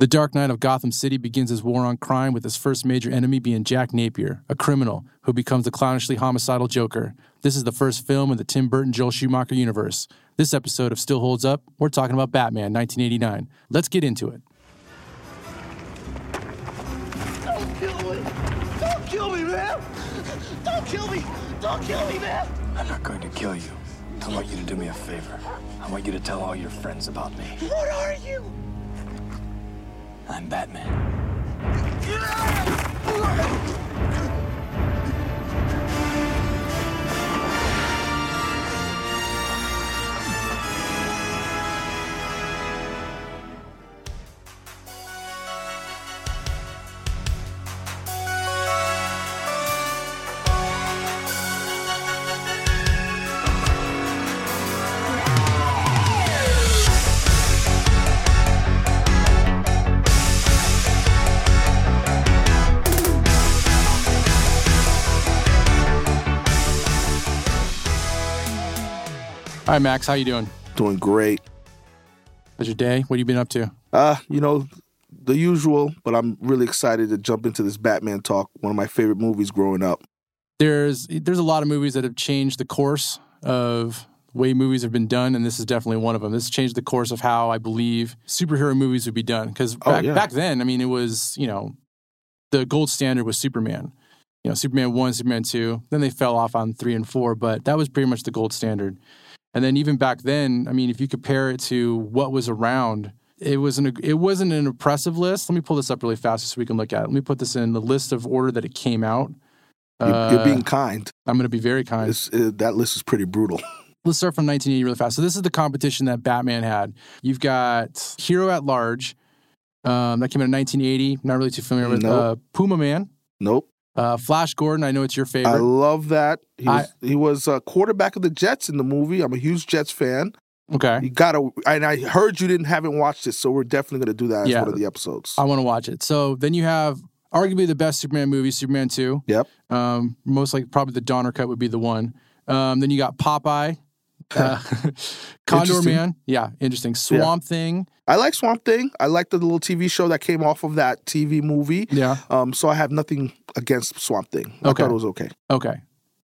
The Dark Knight of Gotham City begins his war on crime with his first major enemy being Jack Napier, a criminal who becomes the clownishly homicidal Joker. This is the first film in the Tim Burton Joel Schumacher universe. This episode of Still Holds Up, we're talking about Batman 1989. Let's get into it. Don't kill me! Don't kill me, man! Don't kill me! Don't kill me, man! I'm not going to kill you. I want you to do me a favor. I want you to tell all your friends about me. What are you? I'm Batman. All right, Max, how you doing? Doing great. How's your day? What have you been up to? Uh, you know, the usual, but I'm really excited to jump into this Batman talk, one of my favorite movies growing up. There's there's a lot of movies that have changed the course of the way movies have been done, and this is definitely one of them. This changed the course of how I believe superhero movies would be done. Because Oh, back, yeah. back then, I mean, it was you know the gold standard was Superman. You know, Superman one, Superman two. Then they fell off on three and four, but that was pretty much the gold standard. And then even back then, I mean, if you compare it to what was around, it wasn't it wasn't an impressive list. Let me pull this up really fast so we can look at it. Let me put this in the list of order that it came out. You're, Uh, you're being kind. I'm going to be very kind. It's, uh, that list is pretty brutal. Let's start from 1980 really fast. So this is the competition that Batman had. You've got Hero at Large, um, that came out in 1980. Not really too familiar with uh, Nope. Puma Man, Nope. uh, Flash Gordon. I know it's your I favorite. love that. He I- was, he was a quarterback of the Jets in the movie. I'm a huge Jets fan. okay, You gotta, and I heard you didn't haven't watched it, so we're definitely gonna do that as Yeah. Um, one of the episodes. I want to watch it. So then you have arguably the best Superman movie, Superman Two. yep. Um, most like probably the Donner cut would be the one. Um, then you got Popeye, uh, Condor Interesting. Man. Yeah, interesting. Swamp Thing. I like Swamp Thing. I like the little TV show that came off of that TV movie. Yeah. Um, so I have nothing against Swamp Thing. I Okay. thought it was okay. Okay.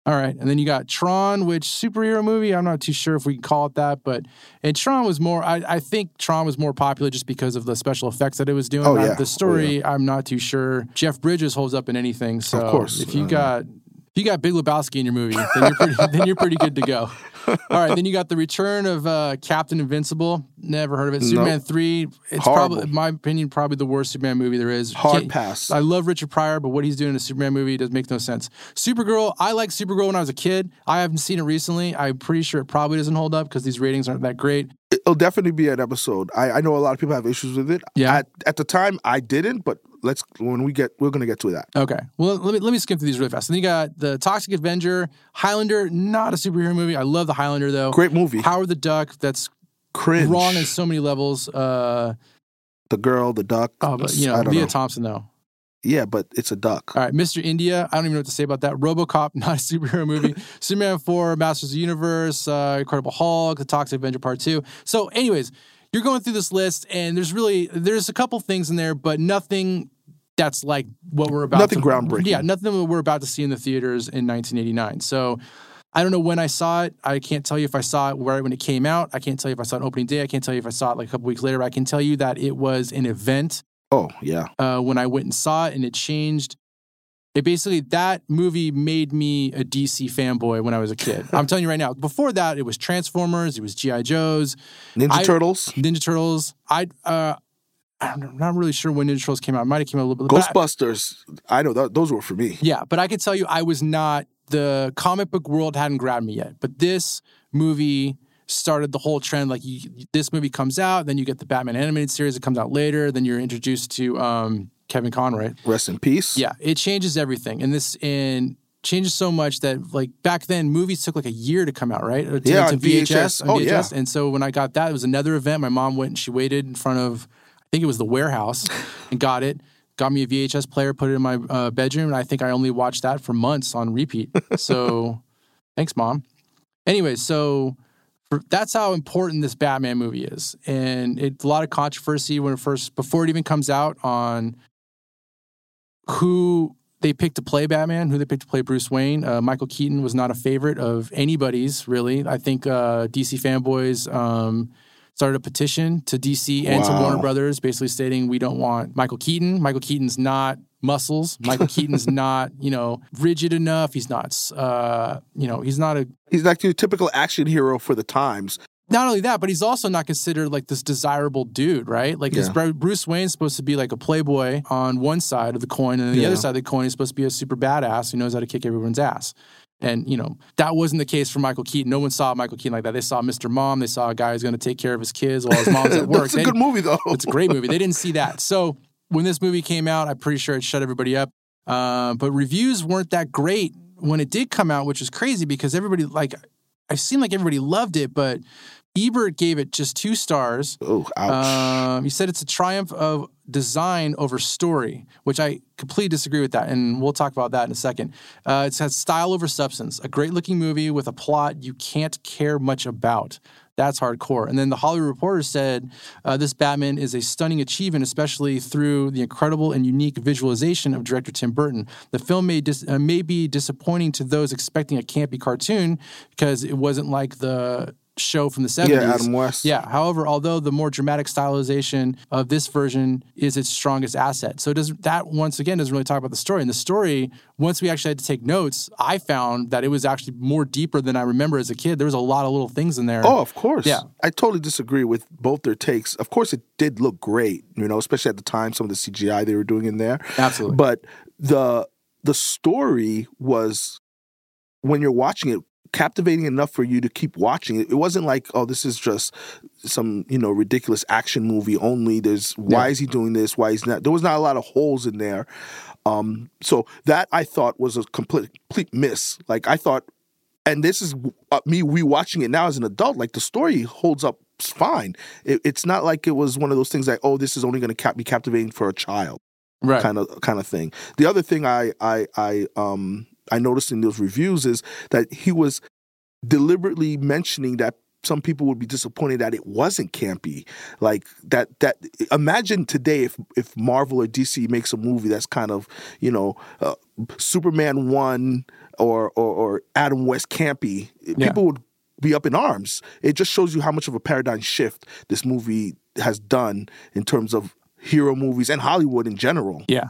All right. And then you got Tron, which superhero movie. I'm not too sure if we can call it that, but and Tron was more I, I think Tron was more popular just because of the special effects that it was doing. Oh, Uh, yeah. The story, I'm not too sure. Jeff Bridges holds up in anything. So Of course. if you Uh, got if you got Big Lebowski in your movie, then you're pretty then you're pretty good to go. All right, then you got the return of uh, Captain Invincible. Never heard of it. Superman three. It's Horrible. probably, in my opinion, probably the worst Superman movie there is. Hard Can't- pass. I love Richard Pryor, but what he's doing in a Superman movie does make no sense. Supergirl, I liked Supergirl when I was a kid. I haven't seen it recently. I'm pretty sure it probably doesn't hold up because these ratings aren't that great. It'll definitely be an episode. I, I know a lot of people have issues with it. Yeah. At, at the time, I didn't, but let's when we get we're gonna get to that. Okay. Well, let me let me skim through these really fast. And then you got the Toxic Avenger, Highlander, not a superhero movie. I love the Highlander though. Great movie. Howard the Duck, that's Cringe. wrong on so many levels. Uh, the girl, the duck. oh, but you know, Uh, I don't Leah know. Thompson though. yeah, but it's a duck. All right, Mr. India. I don't even know what to say about that. RoboCop, not a superhero movie. Superman 4, Masters of the Universe, uh, Incredible Hulk, The Toxic Avenger Part 2. So, anyways, you're going through this list, and there's really there's a couple things in there, but nothing that's like what we're about. Nothing to, groundbreaking. Yeah, nothing that we're about to see in the theaters in 1989. So. I don't know when I saw it. I can't tell you if I saw it right when it came out. I can't tell you if I saw it opening day. I can't tell you if I saw it like a couple weeks later. But I can tell you that it was an event Oh yeah. uh, when I went and saw it, and it changed. It basically that movie made me a DC fanboy when I was a kid. I'm telling you right now. Before that, it was Transformers, it was GI Joes, Ninja I- Turtles, Ninja Turtles. I uh, I'm not really sure when Ninja Turtles came out. It might have came out a little bit. but I- Ghostbusters. I know th- those were for me. yeah, but I could tell you I was not the comic book world hadn't grabbed me yet. But this movie started the whole trend. Like you, this movie comes out, then you get the Batman animated series that comes out later, then you're introduced to um, Kevin Conroy. Rest in peace. Yeah, it changes everything, and this and changes so much that like back then movies took like a year to come out, right? Or To, Yeah, to on VHS. on Oh, yeah. VHS. And so when I got that, it was another event. My mom went and she waited in front of, I think it was the warehouse, and got it. Got me a VHS player, put it in my uh, bedroom, and I think I only watched that for months on repeat. So, thanks, mom. Anyway, so for- that's how important this Batman movie is, and it's a lot of controversy when it first before it even comes out on who they picked to play Batman, who they picked to play Bruce Wayne. Uh, Michael Keaton was not a favorite of anybody's really. I think uh, DC fanboys um, started a petition to DC and to Wow. Warner Brothers, basically stating we don't want Michael Keaton. Michael Keaton's not muscles. Michael Keaton's not you know rigid enough. He's not uh, you know he's not a He's like your typical action hero for the times. not only that, but he's also not considered like this desirable dude, right? Like his Yeah. bro- Bruce Wayne's supposed to be like a playboy on one side of the coin, and then the Yeah. other side of the coin is supposed to be a super badass who knows how to kick everyone's ass. And you know that wasn't the case for Michael Keaton. No one saw Michael Keaton like that. They saw Mr. Mom. They saw a guy who's going to take care of his kids while his mom's at Oh, work. That's a They- good movie though. it's a great movie. They didn't see that. So when this movie came out, I'm pretty sure it shut everybody up. Uh, but reviews weren't that great when it did come out, which is crazy because everybody like I've seen like everybody loved it, but Ebert gave it just two stars. oh, ouch. Um, he said it's a triumph of design over story, which I completely disagree with that, and we'll talk about that in a second. Uh, it has style over substance, a great looking movie with a plot you can't care much about. That's hardcore. And then the Hollywood Reporter said uh, this Batman is a stunning achievement, especially through the incredible and unique visualization of director Tim Burton. The film may, dis- uh, may be disappointing to those expecting a campy cartoon because it wasn't like the show from the 70s. yeah, Adam West. Yeah. However, although the more dramatic stylization of this version is its strongest asset, so it doesn't that once again doesn't really talk about the story. And the story, once we actually had to take notes, I found that it was actually more deeper than I remember as a kid. There was a lot of little things in there. Oh, of course. Yeah. I totally disagree with both their takes. Of course, it did look great, you know, especially at the time, some of the CGI they were doing in there. Absolutely. But the the story was, when you're watching it, captivating enough for you to keep watching it. It wasn't like, oh, this is just some you know ridiculous action movie only. There's why is he doing this? Why is not? There was not a lot of holes in there. Um, so that I thought was a complete complete miss. Like I thought, and this is uh, me rewatching it now as an adult. Like the story holds up fine. It, it's not like it was one of those things like, oh, this is only going to cap- be captivating for a child right. kind of kind of thing. The other thing I I I um I noticed in those reviews is that he was deliberately mentioning that some people would be disappointed that it wasn't campy. Like that that imagine today if if Marvel or DC makes a movie that's kind of, you know, uh, Superman 1 or, or or Adam West campy, people would be up in arms. It just shows you how much of a paradigm shift this movie has done in terms of hero movies and Hollywood in general. yeah.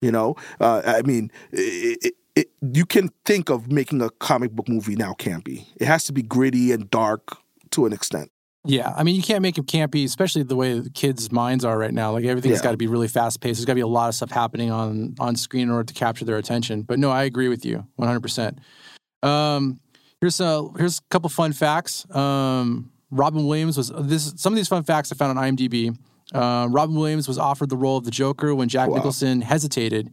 You know, uh, I mean, it, it, it, you can think of making a comic book movie now campy. It has to be gritty and dark to an extent. Yeah, I mean, you can't make it campy, especially the way the kids' minds are right now. Like everything's Yeah. got to be really fast paced. There's got to be a lot of stuff happening on on screen in order to capture their attention. But no, I agree with you 100. percent um, Here's a here's a couple fun facts. Um, Robin Williams was uh, this. Some of these fun facts I found on IMDb. Uh, Robin Williams was offered the role of the Joker when Jack Wow. Nicholson hesitated.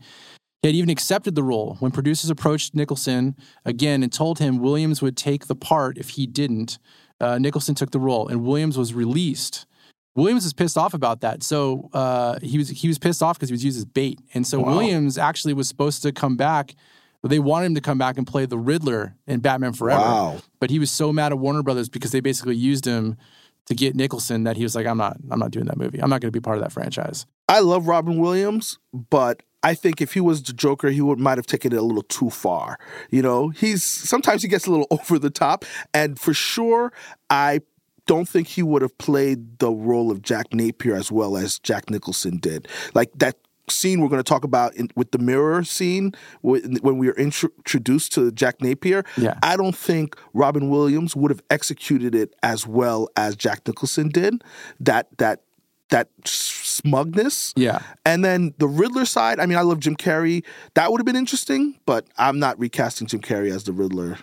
He had even accepted the role when producers approached Nicholson again and told him Williams would take the part if he didn't. Uh, Nicholson took the role, and Williams was released. Williams was pissed off about that, so uh, he was he was pissed off because he was used as bait, and so Williams actually was supposed to come back. But they wanted him to come back and play the Riddler in Batman Forever, Wow. but he was so mad at Warner Brothers because they basically used him to get Nicholson that he was like, "I'm not, I'm not doing that movie. I'm not going to be part of that franchise." I love Robin Williams, but I think if he was the Joker, he would might have taken it a little too far. You know, he's sometimes he gets a little over the top, and for sure, I don't think he would have played the role of Jack Napier as well as Jack Nicholson did. Like that scene we're going to talk about in, with the mirror scene when when we are intro- introduced to Jack Napier. Yeah. I don't think Robin Williams would have executed it as well as Jack Nicholson did. That that that smugness. Yeah. And then the Riddler side, I mean, I love Jim Carrey. That would have been interesting, but I'm not recasting Jim Carrey as the Riddler.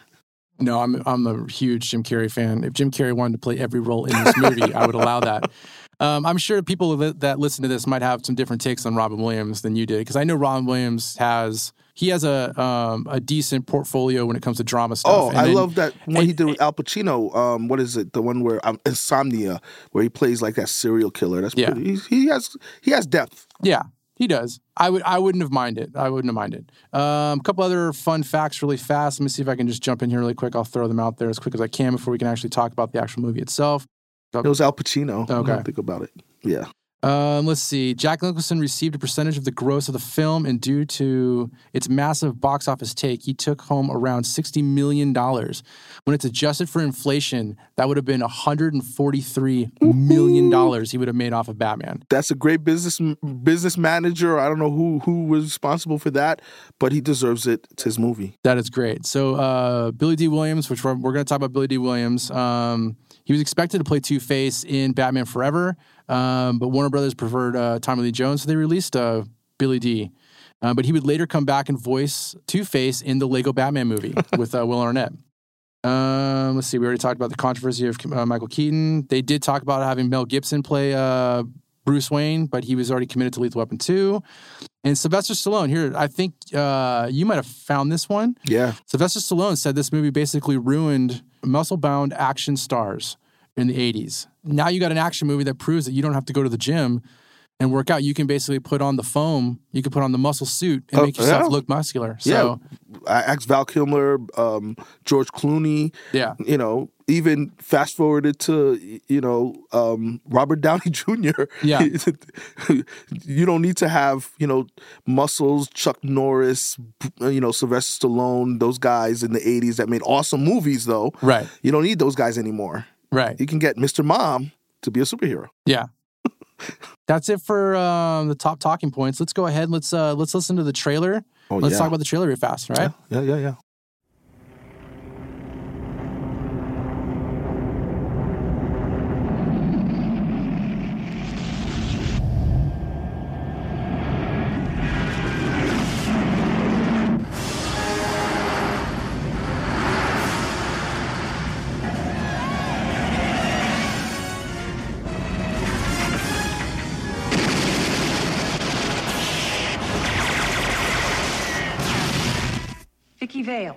No, I'm I'm a huge Jim Carrey fan. If Jim Carrey wanted to play every role in this movie, I would allow that. Um, I'm sure people that that listen to this might have some different takes on Robin Williams than you did, because I know Robin Williams has he has a um, a decent portfolio when it comes to drama stuff. Oh, And I then- love that one he and- did with Al Pacino. Um, what is it? The one where um, Insomnia, where he plays like that serial killer. That's Yeah. pretty. He, he has he has depth. Yeah, He does. I would. I wouldn't have minded. I wouldn't have minded. Um, a couple other fun facts, really fast. Let me see if I can just jump in here really quick. I'll throw them out there as quick as I can before we can actually talk about the actual movie itself. It was Al Pacino. Okay. Okay. think about it. Yeah. Um, let's see. Jack Nicholson received a percentage of the gross of the film, and due to its massive box office take, he took home around $60 million. When it's adjusted for inflation, that would have been $143 million he would have made off of Batman. That's a great business business manager. I don't know who who was responsible for that, but he deserves it. It's his movie. That is great. So, uh, Billy D. Williams, which we're, we're going to talk about Billy D. Williams, um, he was expected to play Two Face in Batman Forever, um, but Warner Brothers preferred uh, Tommy Lee Jones, so they released uh, Billy D. Uh, but he would later come back and voice Two Face in the Lego Batman movie with uh, Will Arnett. Um, let's see. We already talked about the controversy of uh, Michael Keaton. They did talk about having Mel Gibson play uh, Bruce Wayne, but he was already committed to Lethal Weapon 2. And Sylvester Stallone, here, I think uh, you might have found this one. Yeah. Sylvester Stallone said this movie basically ruined muscle bound action stars in the 80s. Now you got an action movie that proves that you don't have to go to the gym and work out. You can basically put on the foam, you can put on the muscle suit and Oh, make yourself yeah. look muscular. Yeah. So, I asked Val Kilmer, um, George Clooney, yeah. you know, even fast forwarded to y- you know um, Robert Downey Jr. Yeah. you don't need to have you know muscles, Chuck Norris, uh, you know Sylvester Stallone, those guys in the '80s that made awesome movies. Though Right, you don't need those guys anymore. right. You can get Mr. Mom to be a superhero. Yeah. That's it for um, the top talking points. Let's go ahead. Let's uh, let's listen to the trailer. Oh, let's yeah. talk about the trailer real fast, all right? Yeah, yeah, yeah. Vicky Vale.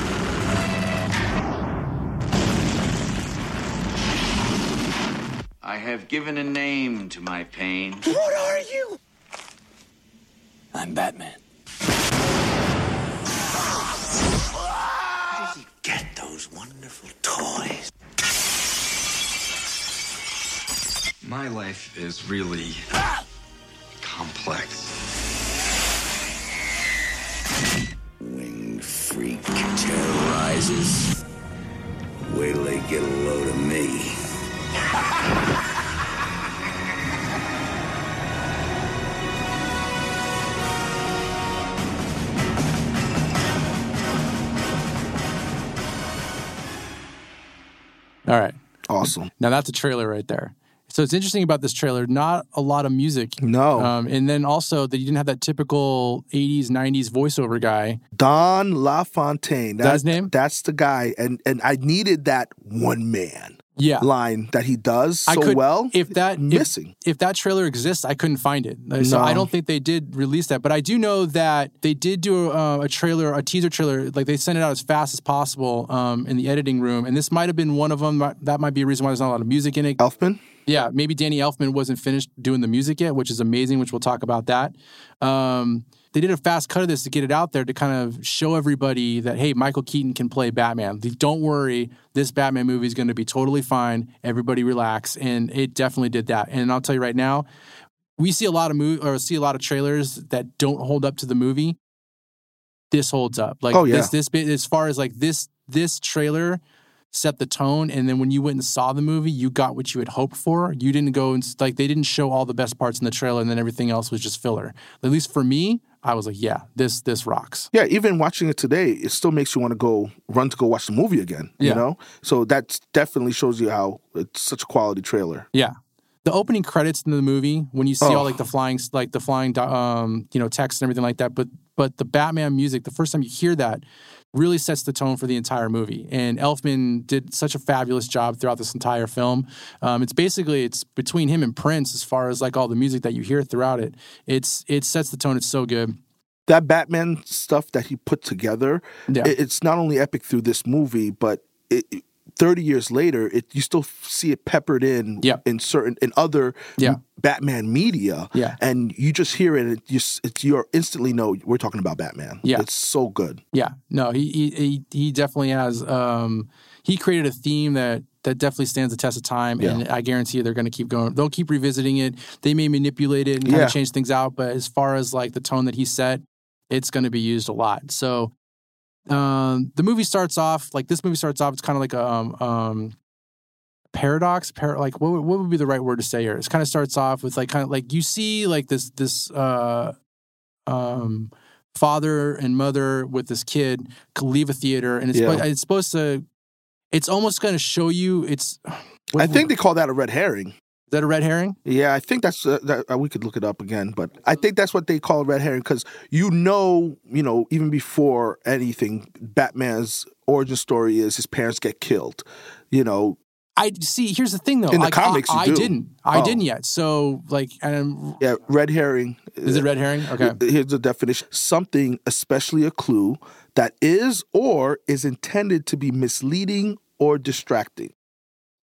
I have given a name to my pain. I'm Batman. Get those wonderful toys. My life is really complex. Winged freak terrorizes. Wait till they get a load of me. All right. Awesome. Now that's a trailer right there. So it's interesting about this trailer. Not a lot of music. No. Um, and then also that you didn't have that typical '80s, '90s voiceover guy. Don LaFontaine. That- his name? That's the guy. And and I needed that one man Yeah. line that he does so I could, well. If that if- missing. if, that trailer exists, I couldn't find it. So No. I don't think they did release that. But I do know that they did do a, a trailer, a teaser trailer. Like they sent it out as fast as possible um, in the editing room. And this might have been one of them. That might be a reason why there's not a lot of music in it. Elfman. Yeah, maybe Danny Elfman wasn't finished doing the music yet, which is amazing, which we'll talk about that. Um, they did a fast cut of this to get it out there to kind of show everybody that, hey, Michael Keaton can play Batman. The- Don't worry, this Batman movie is going to be totally fine. Everybody relax. And it definitely did that. And I'll tell you right now, we see a lot of movie or see a lot of trailers that don't hold up to the movie. This holds up. Like Oh, yeah. this this bit as far as like this this trailer set the tone and then when you went and saw the movie, you got what you had hoped for. You didn't go and s- like they didn't show all the best parts in the trailer and then everything else was just filler. At least for me, I was like, yeah, this this rocks. Yeah, even watching it today, it still makes you want to go run to go watch the movie again. Yeah. You know? So that definitely shows you how it's such a quality trailer. Yeah. The opening credits in the movie, when you see Oh. all like the flying, like the flying, um, you know, text and everything like that, but But the Batman music, the first time you hear that, really sets the tone for the entire movie. And Elfman did such a fabulous job throughout this entire film. Um, it's basically it's between him and Prince as far as like all the music that you hear throughout it. It's it sets the tone. It's so good. that Batman stuff that he put together, Yeah. it- it's not only epic through this movie, but it, it- 30 years later, it you still f- see it peppered in Yeah. in certain in other Yeah. Batman media, Yeah. and you just hear it, and it, you s- it's you instantly know we're talking about Batman. Yeah. it's so good. Yeah, no, he he he, he definitely has. Um, he created a theme that that definitely stands the test of time, and I guarantee you they're going to keep going. They'll keep revisiting it. They may manipulate it and kind Yeah. of change things out, but as far as like the tone that he set, it's going to be used a lot. So um, the movie starts off like this. Movie starts off. It's kind of like a um, um, paradox. Par- like what would- what would be the right word to say here? It kind of starts off with like kind of like you see like this this. Uh, um, father and mother with this kid c- leave a theater, and it's Yeah. spo- it's supposed to. It's almost going to show you. It's. I think they call that a red herring. is that a red herring. Yeah, I think that's uh, that, uh, we could look it up again, but I think that's what they call a red herring because you know, you know, even before anything, Batman's origin story is his parents get killed. You know, I see. Here's the thing, though. In the like, comics, you I, do. I didn't. I Oh. didn't yet. So, like, and yeah, red herring. uh, is it red herring? Okay. Here's the definition: something, especially a clue, that is or is intended to be misleading or distracting.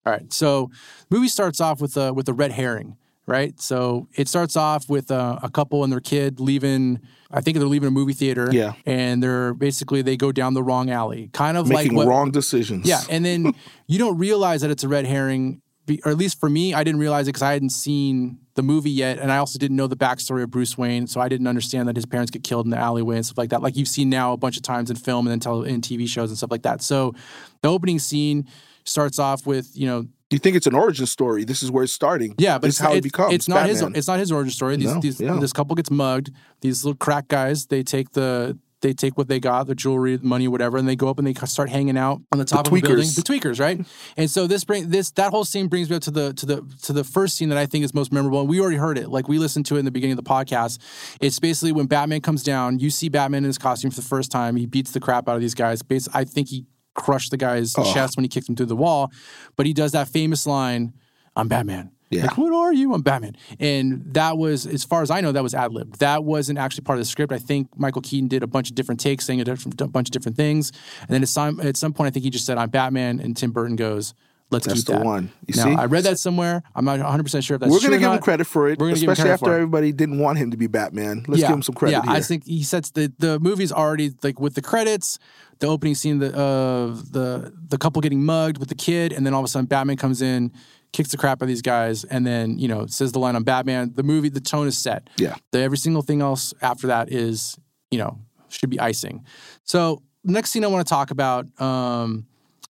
All right. So, movie starts off with a with a red herring, right? So it starts off with a, a couple and their kid leaving. I think they're leaving a movie theater. Yeah. And they're basically they go down the wrong alley, kind of Making like what, wrong decisions. Yeah, and then you don't realize that it's a red herring, be- or at least for me, I didn't realize it because I hadn't seen the movie yet, and I also didn't know the backstory of Bruce Wayne, so I didn't understand that his parents get killed in the alleyway and stuff like that. Like you've seen now a bunch of times in film and then tele- in TV shows and stuff like that. So the opening scene starts off with you know you think it's an origin story. This is where it's starting. yeah, but this is how it it's- becomes. It's not Batman. his. It's not his origin story. These, No, these, yeah. This couple gets mugged. These little crack guys. They take the. They take what they got, the jewelry, money, whatever, and they go up and they start hanging out on the top of the building. tweakers. The tweakers, right? And so this bring this that whole scene brings me up to the to the to the first scene that I think is most memorable. And we already heard it. Like we listened to it in the beginning of the podcast. It's basically when Batman comes down. You see Batman in his costume for the first time. He beats the crap out of these guys. Bas I think he crushed the guy's chest when he kicked him through the wall. But he does that famous line, "I'm Batman." Yeah. Like, what are you? I'm Batman. And that was, as far as I know, that was ad lib. That wasn't actually part of the script. I think Michael Keaton did a bunch of different takes, saying a different, a bunch of different things. And then at some, at some point, I think he just said, I'm Batman. And Tim Burton goes, let's That's keep the that. one. You now, see? I read that somewhere. I'm not 100% sure if that's We're true gonna or give him not. credit for it, We're gonna give him especially credit after for it. everybody didn't want him to be Batman. Let's give him some credit Yeah, here. I think he sets the the movies already like with the credits, the opening scene the- of the the couple getting mugged with the kid, and then all of a sudden Batman comes in, kicks the crap out of these guys, and then you know says the line on Batman. The movie, the tone is set. Yeah. the, every single thing else after that is you know should be icing. So next scene I want to talk about, um,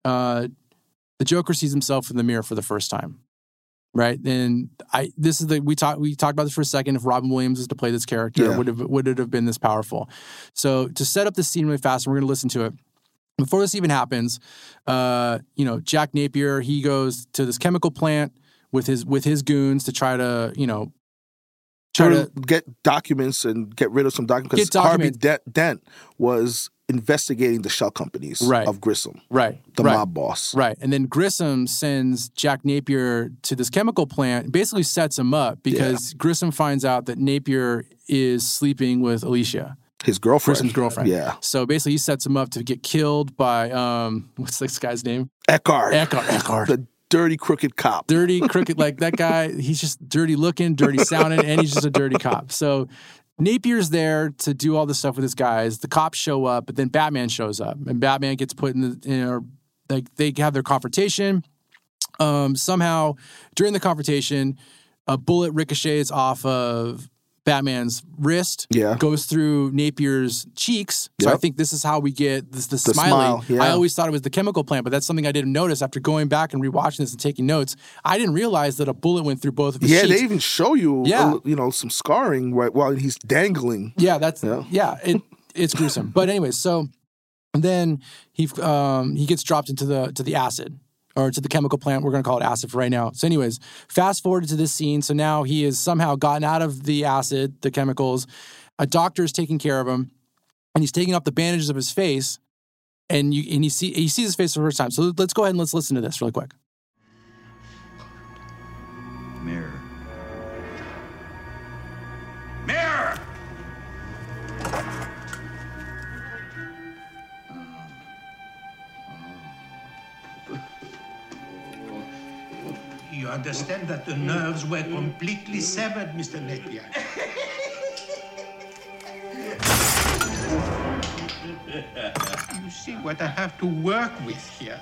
uh, the Joker sees himself in the mirror for the first time right? And I this is the we talked we talked about this for a second. If Robin Williams was to play this character, Yeah. would have would it have been this powerful? So to set up the scene really fast, and we're going to listen to it. Before this even happens, uh, you know Jack Napier he goes to this chemical plant with his with his goons to try to you know try Try to to get documents and get rid of some documents Get because Harvey documents. Dent, Dent was investigating the shell companies Right. of Grissom, right the right. mob boss. Right. And then Grissom sends Jack Napier to this chemical plant, basically sets him up because Grissom finds out that Napier is sleeping with Alicia. His girlfriend. Grissom's girlfriend. Yeah. So basically, he sets him up to get killed by um, what's this guy's name? Eckhart. Eckhart. Eckhart. The dirty, crooked cop. dirty crooked, like that guy. He's just dirty looking, dirty sounding, and he's just a dirty cop. So Napier's there to do all this stuff with his guys. The cops show up, but then Batman shows up, and Batman gets put in the in or like they have their confrontation. Um, somehow during the confrontation, a bullet ricochets off of Batman's wrist. Yeah. goes through Napier's cheeks. So I Yep. think this is how we get this the, The smiley. smile, yeah. I always thought it was the chemical plant, but that's something I didn't notice after going back and rewatching this and taking notes. I didn't realize that a bullet went through both of his yeah, cheeks. they even show you, Yeah. uh, you know, some scarring right while he's dangling. Yeah, that's Yeah. yeah. it, it's gruesome. but anyway, so then he um, he gets dropped into the to the acid or to the chemical plant. We're going to call it acid for right now. So, anyways, fast forward to this scene. So now he is somehow gotten out of the acid, the chemicals. A doctor is taking care of him. and he's taking off the bandages of his face, and you and you see he sees his face for the first time. So let's go ahead and let's listen to this really quick. Mirror. Mirror! You understand that the nerves were completely severed, Mr. Napier. you see what I have to work with here.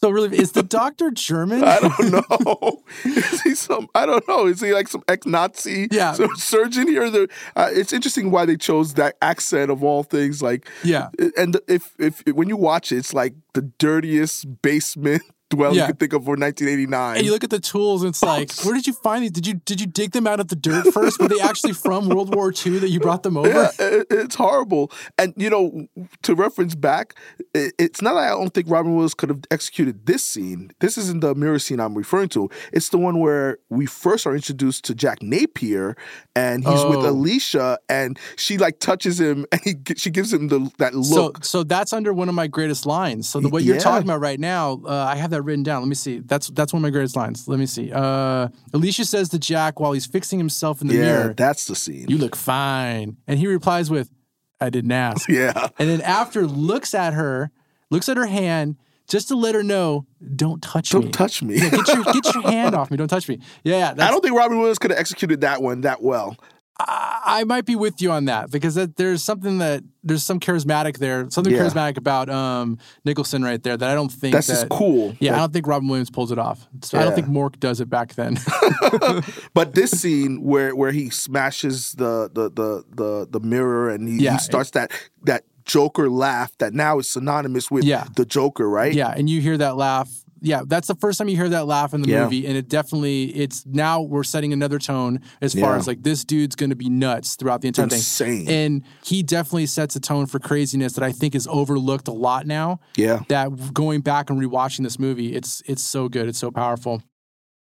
So really, is the doctor German? I don't know. is he some? I don't know. Is he like some ex-Nazi Yeah. sort of surgeon here? The- uh, it's interesting why they chose that accent of all things. Like Yeah. and if if when you watch it, it's like the dirtiest basement dwell Yeah. you could think of for 1989. And you look at the tools, and it's like, where did you find these? Did you did you dig them out of the dirt first? Were they actually from World War II that you brought them over? Yeah, it, it's horrible. And you know, to reference back, it, it's not that I don't think Robin Williams could have executed this scene. This isn't the mirror scene I'm referring to. It's the one where we first are introduced to Jack Napier, and he's with Oh. Alicia, and she like touches him, and he gi- she gives him the that So, look. so that's under one of my greatest lines. So the what you're Yeah. talking about right now, uh, I have that written down. Let me see. That's that's one of my greatest lines. Let me see. Uh, Alicia says to Jack while he's fixing himself in the yeah, mirror, that's the scene. "You look fine," and he replies with, "I didn't ask." yeah, And then after looks at her, looks at her hand just to let her know, "Don't touch don't me. touch me. get your get your hand off me. Don't touch me." Yeah, yeah, that's, I don't think Robin Williams could have executed that one that well. I might be with you on that because that, there's something that there's some charismatic there, something Yeah. charismatic about um, Nicholson right there that I don't think That's that, just cool. Yeah, I Like- don't think Robin Williams pulls it off. So I don't Yeah. think Mork does it back then. But this scene where where he smashes the the the the, the mirror and he, Yeah. he starts that that Joker laugh that now is synonymous with Yeah. the Joker, right? yeah, and you hear that laugh. Yeah, that's the first time you hear that laugh in the Yeah. movie, and it definitely it's now we're setting another tone as far Yeah. as like this dude's going to be nuts throughout the entire Insane. thing, and he definitely sets a tone for craziness that I think is overlooked a lot now. Yeah. that going back and rewatching this movie, it's it's so good, it's so powerful.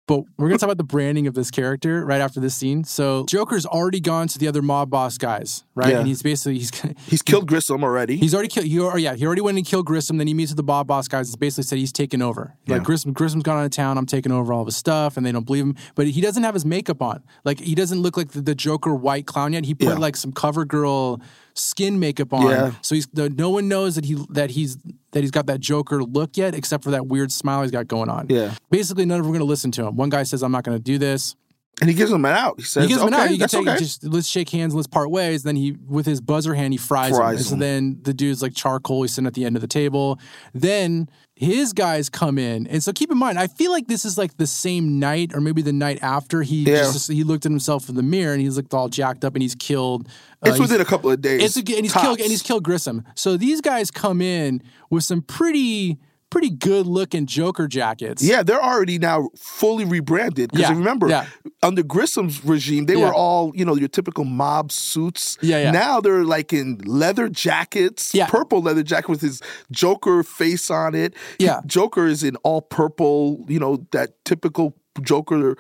But we're gonna talk about the branding of this character right after this scene. So Joker's already gone to the other mob boss guys, right? Yeah. And he's basically he's gonna- He's killed Grissom already. he's already killed. He, al- yeah, he already went and killed Grissom. Then he meets with the mob boss guys. and basically said he's taken over. Like Grissom, Grissom's gone out of town. I'm taking over all of his stuff, and they don't believe him. But he doesn't have his makeup on. Like he doesn't look like the, the Joker white clown yet. He put Yeah. like some CoverGirl skin makeup on. Yeah. So he's no- no one knows that he that he's that he's got that Joker look yet, except for that weird smile he's got going on. Yeah. Basically, none of them are going to listen to him. One guy says, "I'm not going to do this." and he gives him an out. He says, He gives him an okay, out. You can that's take okay. just let's shake hands, let's part ways. Then he with his buzzer hand he fries, him. Fries And So him. then the dude's like charcoal. He's sitting at the end of the table. Then his guys come in, and so keep in mind. I feel like this is like the same night, or maybe the night after he Yeah. just, he looked at himself in the mirror and he's looked all jacked up, and he's killed. uh, it's he's- within a couple of days. it's a, and he's killed tops. and he's killed Grissom. So these guys come in with some pretty pretty good looking Joker jackets. yeah, they're already now fully rebranded. Because Yeah, remember, yeah. under Grissom's regime, they Yeah. were all, you know, your typical mob suits. Yeah, yeah. Now they're like in leather jackets, Yeah. purple leather jacket with his Joker face on it. Yeah. Joker is in all purple, you know, that typical Joker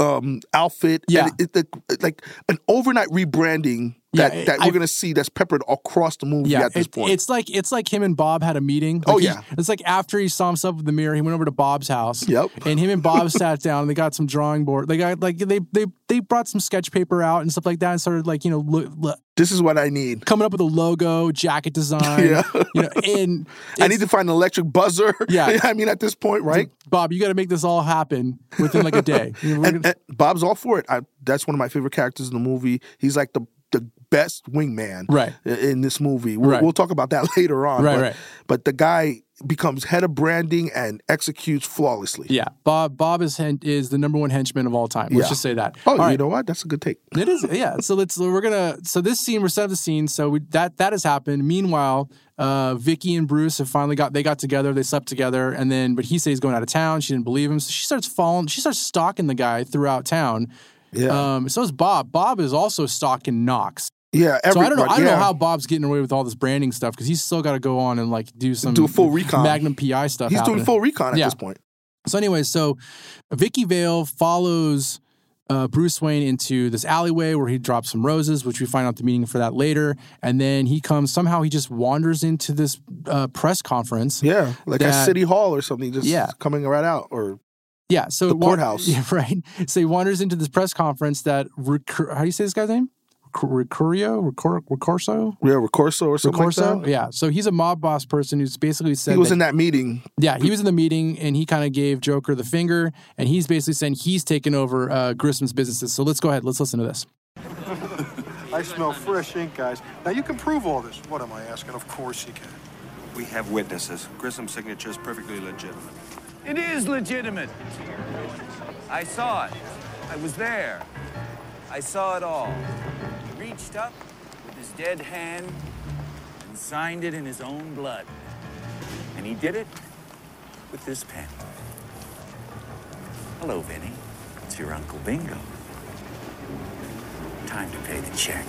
um, outfit. Yeah. And it, it, like an overnight rebranding Yeah, that, it- that I- we're going to see that's peppered across the movie at this it- point. It's like it's like him and Bob had a meeting. Like Oh, he- yeah. it's like after he saw himself in the mirror, he went over to Bob's house. Yep. And him and Bob sat down and they got some drawing board. They got like they they they brought some sketch paper out and stuff like that and started like you know look, look, this is what I need. coming up with a logo, jacket design. Yeah. You know, and I need to find an electric buzzer. Yeah. I mean, at this point, right? Bob, you got to make this all happen within like a day. You know, we're And, gonna- and Bob's all for it. I, that's one of my favorite characters in the movie. He's like the the best wingman Right. i- in this movie. We'll, Right. we'll talk about that later on. Right, but, right. but the guy becomes head of branding and executes flawlessly. yeah, Bob. Bob is hen- is the number one henchman of all time. Let's Yeah. just say that. Oh, All you right. know what? That's a good take. It is, yeah. So let's we're gonna so this scene we're set up the scene. So we, that that has happened. Meanwhile, uh, Vicky and Bruce have finally got they got together. They slept together, and then but he said he's going out of town. She didn't believe him, so she starts following. She starts stalking the guy throughout town. Yeah. Um, so is Bob. Bob is also stalking Knox. yeah. So I don't know. I everybody, don't know yeah. how Bob's getting away with all this branding stuff because he's still got to go on and like do some Do a full recon. Magnum PI stuff. He's doing happening. full recon at Yeah. this point. So anyway, so Vicky Vale follows uh, Bruce Wayne into this alleyway where he drops some roses, which we find out the meaning for that later. And then he comes somehow he just wanders into this uh, press conference. Yeah. Like at That- City Hall or something, just Yeah. coming right out. Or Yeah, so The wa- courthouse. Yeah, right. So he wanders into this press conference that recur- how do you say this guy's name? Recur- Recurio, Recor- Recorso, yeah, Recorso or something Recorso. like that. yeah. So he's a mob boss person who's basically said He was that- in that meeting. Yeah, he was in the meeting and he kind of gave Joker the finger, and he's basically saying he's taken over uh, Grissom's businesses. So let's go ahead. Let's listen to this. I smell fresh ink, guys. Now you can prove all this. What am I asking? Of course you can. We have witnesses. Grissom's signature is perfectly legitimate. It is legitimate. I saw it. I was there. I saw it all. He reached up with his dead hand and signed it in his own blood. And he did it with this pen. Hello, Vinny. It's your Uncle Bingo. Time to pay the check.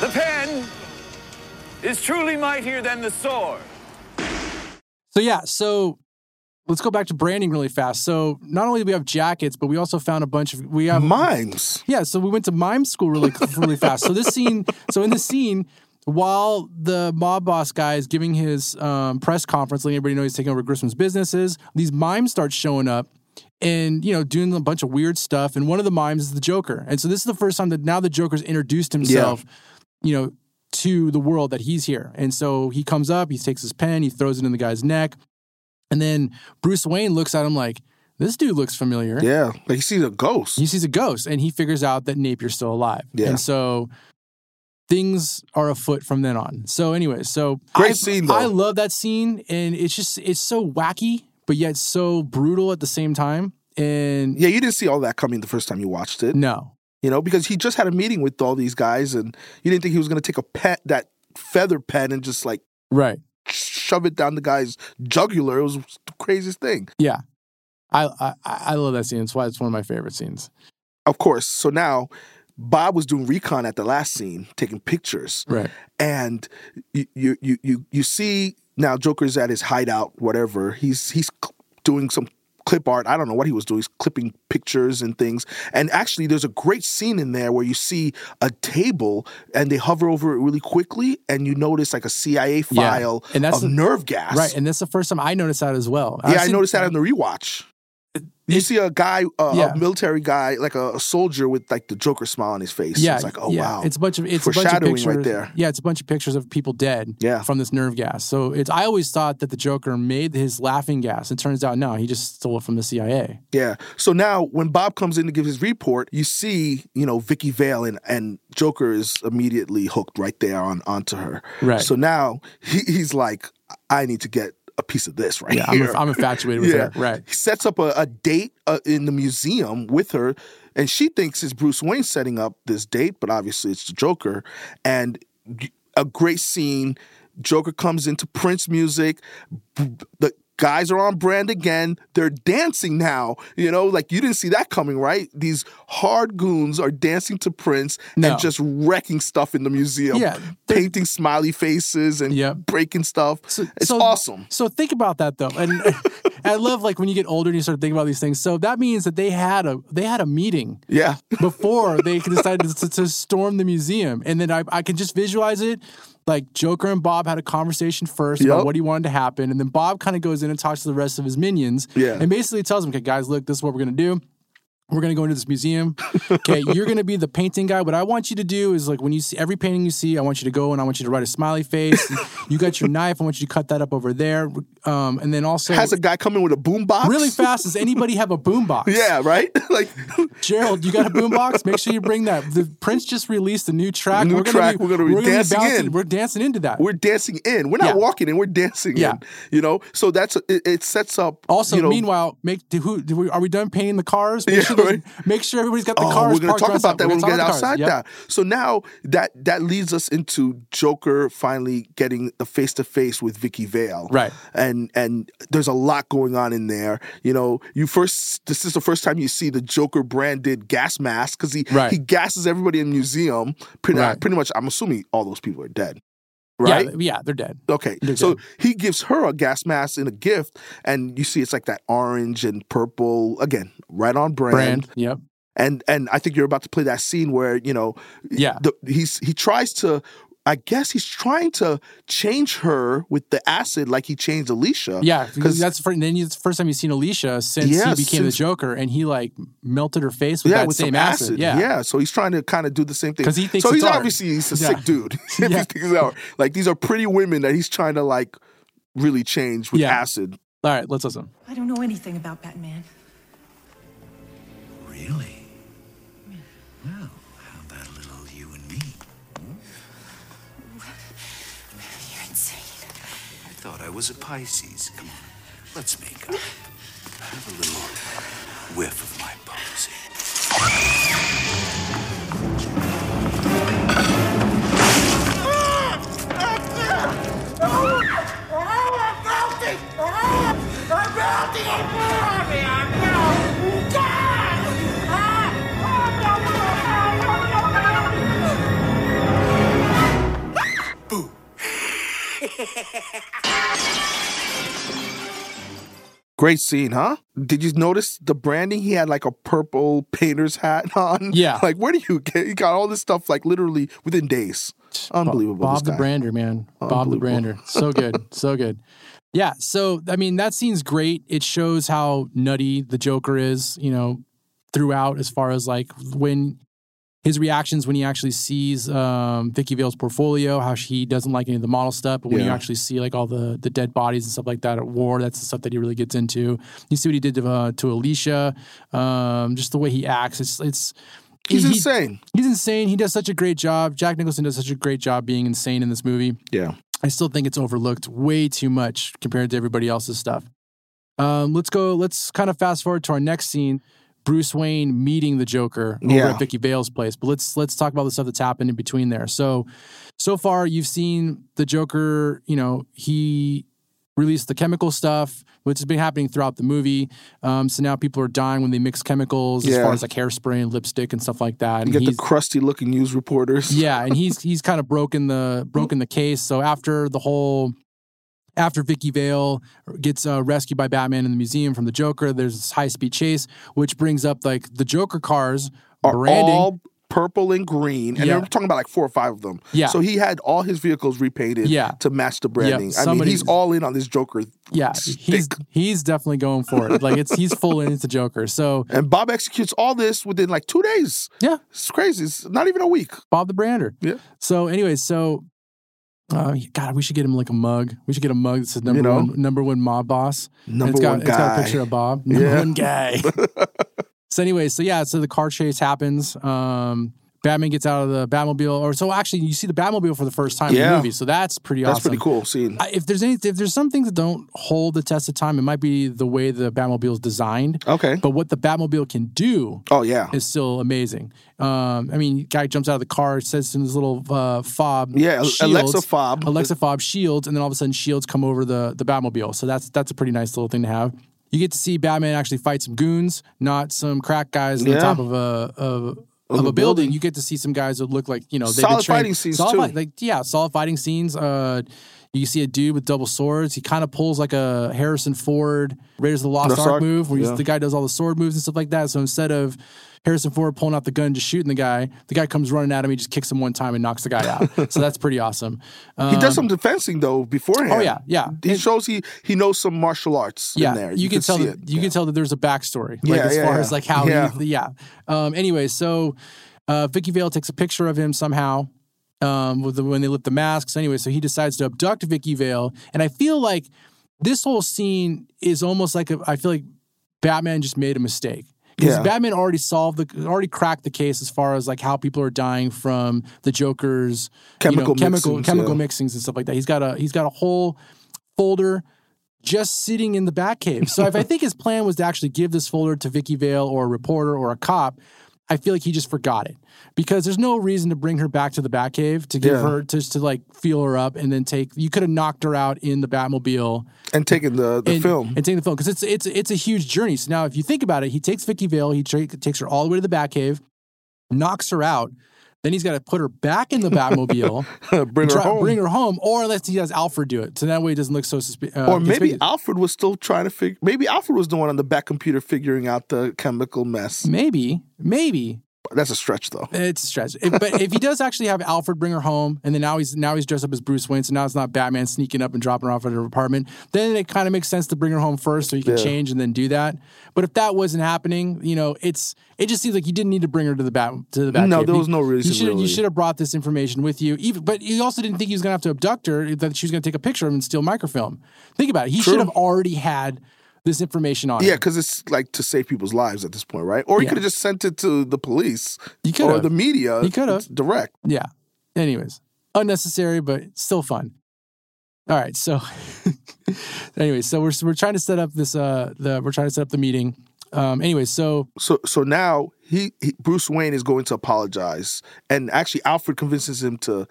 The pen is truly mightier than the sword. So yeah, so let's go back to branding really fast. So not only do we have jackets, but we also found a bunch of we have Mimes. yeah. So we went to mime school really really fast. So this scene, so in this scene. While the mob boss guy is giving his um, press conference, letting everybody know he's taking over Grissom's businesses, these mimes start showing up and, you know, doing a bunch of weird stuff. And one of the mimes is the Joker. And so this is the first time that now the Joker's introduced himself you know, to the world that he's here. And so he comes up, he takes his pen, he throws it in the guy's neck. And then Bruce Wayne looks at him like, this dude looks familiar. Yeah. Like he sees a ghost. He sees a ghost and he figures out that Napier's still alive. Yeah. And so things are afoot from then on. So anyway, so Great I- scene, though. I love that scene and it's just it's so wacky, but yet so brutal at the same time. And yeah, you didn't see all that coming the first time you watched it. no. you know, because he just had a meeting with all these guys, and you didn't think he was going to take a pet that feather pen and just like Right. shove it down the guy's jugular. It was the craziest thing, Yeah. I I, I love that scene. That's why it's one of my favorite scenes. of course. So now, Bob was doing recon at the last scene, taking pictures, Right. and you you you you, you see now Joker's at his hideout, whatever. He's he's cl- doing some clip art. I don't know what he was doing. He's clipping pictures and things. And actually, there's a great scene in there where you see a table and they hover over it really quickly, and you notice like a CIA Yeah. file And that's of the- nerve gas. Right, and that's the first time I noticed that as well. yeah, I've I seen- noticed that on the rewatch. You see a guy, uh, Yeah. a military guy, like a, a soldier with like the Joker smile on his face. Yeah, it's like, oh yeah. wow, it's a bunch of it's a bunch of foreshadowing pictures. right there. Yeah, it's a bunch of pictures of people dead. Yeah. from this nerve gas. So it's I always thought that the Joker made his laughing gas. It turns out no, he just stole it from the CIA. Yeah. So now when Bob comes in to give his report, you see, you know, Vicky Vale and, and Joker is immediately hooked right there on onto her. Right. So now he, he's like, I need to get a piece of this right Yeah, I'm, here. I'm infatuated with yeah. her. Right. He sets up a, a date uh, in the museum with her, and she thinks it's Bruce Wayne setting up this date, but obviously it's the Joker. And g- a great scene. Joker comes into Prince music. B- The guys are on brand again. They're dancing now. You know, like you didn't see that coming, right? These hard goons are dancing to Prince No. and just wrecking stuff in the museum. Yeah, they're- Painting smiley faces and Yep. breaking stuff. it's so- awesome. So think about that though, and I love like when you get older and you start thinking about these things. So that means that they had a they had a meeting Yeah. before they decided to, to storm the museum. And then I, I can just visualize it. Like Joker and Bob had a conversation first about Yup. what he wanted to happen. And then Bob kind of goes in and talks to the rest of his minions Yeah. and basically tells them, okay, guys, look, this is what we're going to do. We're going to go into this museum. Okay, you're going to be the painting guy. What I want you to do is like when you see every painting you see, I want you to go and I want you to write a smiley face. you got your knife. I want you to cut that up over there. Um, and then also, Has a guy come in with a boombox? really fast, does anybody have a boombox? Yeah, right? like Gerald, you got a boombox? Make sure you bring that. The Prince just released a new track. New track. We're gonna be dancing bouncing- in. We're dancing into that. we're dancing in. We're Yeah. not walking in, we're dancing Yeah. in. You know? So that's it, it sets up also, you know, meanwhile, make do, who do we, are we done painting the cars? Make, Yeah, sure there's- right. make sure everybody's got the Oh, cars. we're gonna parked talk right about outside. that We're when we gonna get talk about outside the cars. Yep. that. So now that that leads us into Joker finally getting the face to face with Vicky Vale. Right. And and and there's a lot going on in there. You know, you first this is the first time you see the Joker branded gas mask because he Right. he gasses everybody in the museum. Pretty, Right. pretty much, I'm assuming all those people are dead, right? Yeah, yeah, they're dead. Okay, They're so dead. he gives her a gas mask in a gift, and you see it's like that orange and purple again, right on brand. Brand. Yep. And and I think you're about to play that scene where you know, Yeah. the, he's he tries to, I guess he's trying to change her with the acid, like he changed Alicia. Yeah, because because that's the fir- then it's the first time you've seen Alicia since Yeah, he became since- the Joker, and he like melted her face with that with same some acid. Yeah, So he's trying to kind of do the same thing. 'Cause he thinks so. it's He's art. obviously he's a Yeah. sick dude. If he Yeah. thinks it's art. Like these are pretty women that he's trying to like really change with Yeah. acid. All right, let's listen. I don't know anything about Batman. Really? Well, how about a little you and me? You're insane. I thought I was a Pisces. Come on, let's make up. Have a little whiff of my posy. Great scene, huh? Did you notice the branding? He had like a purple painter's hat on. Yeah. Like, where do you get? He got all this stuff like literally within days. Unbelievable. Bob this the guy. Brander, man. Bob the Unbelievable. Brander. So good. so good. Yeah. So, I mean, that scene's great. It shows how nutty the Joker is, you know, throughout as far as like when his reactions when he actually sees um, Vicky Vale's portfolio, how she doesn't like any of the model stuff. But when you Yeah. actually see like all the, the dead bodies and stuff like that at war, that's the stuff that he really gets into. You see what he did to, uh, to Alicia, um, just the way he acts. It's, it's, He's he- he- insane. He's insane. He does such a great job. Jack Nicholson does such a great job being insane in this movie. Yeah. I still think it's overlooked way too much compared to everybody else's stuff. Um, let's go. Let's kind of fast forward to our next scene. Bruce Wayne meeting the Joker over Yeah. at Vicky Vale's place. But let's let's talk about the stuff that's happened in between there. So so far you've seen the Joker, you know, he released the chemical stuff, which has been happening throughout the movie. Um, so now people are dying when they mix chemicals as Yeah. far as like hairspray and lipstick and stuff like that. You And get the he's- crusty looking news reporters. yeah, and he's he's kind of broken the broken the case. So after the whole after Vicky Vale gets uh, rescued by Batman in the museum from the Joker, there's this high speed chase, which brings up like the Joker cars Are branding. all purple and green. And Yeah. they're talking about like four or five of them. Yeah. So he had all his vehicles repainted Yeah. to match the branding. I mean, somebody- he's all in on this Joker. yeah, stick. he's he's definitely going for it. Like it's he's full in. It's the Joker. So and Bob executes all this within like two days. yeah, It's crazy. It's not even a week. Bob the Brander. Yeah. So anyway, so. Uh, God, we should get him like a mug. We should get a mug that says number know? one, number one mob boss. And Number it's got, one It's got guy. a picture of Bob. Number Yeah. one guy. so anyway, so yeah, so the car chase happens. Um, Batman gets out of the Batmobile, or so actually, you see the Batmobile for the first time in the Yeah. movie. So that's pretty That's awesome. pretty cool scene. I, if there's any, if there's some things that don't hold the test of time, it might be the way the Batmobile is designed. okay. But what the Batmobile can do Oh yeah. is still amazing. Um, I mean, guy jumps out of the car, says in his little uh, fob, Yeah, Al- Alexa fob. Alexa fob shields, and then all of a sudden shields come over the the Batmobile. So that's that's a pretty nice little thing to have. You get to see Batman actually fight some goons, not some crack guys on Yeah. the top of a of, of, a building. You get to see some guys that look like you know they've been Solid trained- fighting scenes, solid too. fight- like yeah, solid fighting scenes. Uh, you see a dude with double swords. He kind of pulls like a Harrison Ford Raiders of the Lost Lost Ark Ark, move, where he's- yeah. the guy does all the sword moves and stuff like that. So instead of Harrison Ford pulling out the gun and just shooting the guy, the guy comes running at him. He just kicks him one time and knocks the guy out. so that's pretty awesome. Um, he does some defensing though beforehand. Oh, yeah, yeah. He And- shows he he knows some martial arts yeah, in there. You, can, tell see that it. you can tell that there's a backstory. Like Yeah, as yeah, far yeah. as like how Yeah. he yeah. Um anyway, so uh Vicky Vale takes a picture of him somehow. Um with the, when they lift the masks. Anyway, so he decides to abduct Vicky Vale. And I feel like this whole scene is almost like a, I feel like Batman just made a mistake. Because Yeah. Batman already solved the already cracked the case as far as like how people are dying from the Joker's Chemical chemical mixings, chemical yeah. mixings and stuff like that. He's got a he's got a whole folder just sitting in the Batcave. So if I think his plan was to actually give this folder to Vicky Vale or a reporter or a cop, I feel like he just forgot it because there's no reason to bring her back to the Batcave to give Yeah. her just to like feel her up and then take. You could have knocked her out in the Batmobile and taking the, the and, film. and taking the film because it's it's it's a huge journey. So now, if you think about it, he takes Vicky Vale, he tra- takes her all the way to the Batcave, knocks her out. Then he's got to put her back in the Batmobile, bring her dri- home. bring her home, or unless he has Alfred do it, so that way it doesn't look so uh, suspicious. or maybe Alfred was still trying to figure. Maybe Alfred was the one on the back computer figuring out the chemical mess. maybe, maybe That's a stretch, though. It's a stretch. If- but if he does actually have Alfred bring her home, and then now he's now he's dressed up as Bruce Wayne, so now it's not Batman sneaking up and dropping her off at her apartment, then it kind of makes sense to bring her home first so he can Yeah. change and then do that. But if that wasn't happening, you know, it's it just seems like you didn't need to bring her to the bat to the bat. No, cave. there was no You- reason, You should really. you should have brought this information with you. Even but you also didn't think he was gonna have to abduct her, that she was gonna take a picture of him and steal microfilm. Think about it. He True. should have already had this information on Yeah, him. because it's like to save people's lives at this point, right? Or he Yeah. could have just sent it to the police You or could've. the media. He could've. It's direct. Yeah. Anyways, unnecessary, but still fun. All right. So, anyway, so we're we're trying to set up this uh the we're trying to set up the meeting. Um. Anyway, so So, so now he, he Bruce Wayne is going to apologize, and actually Alfred convinces him to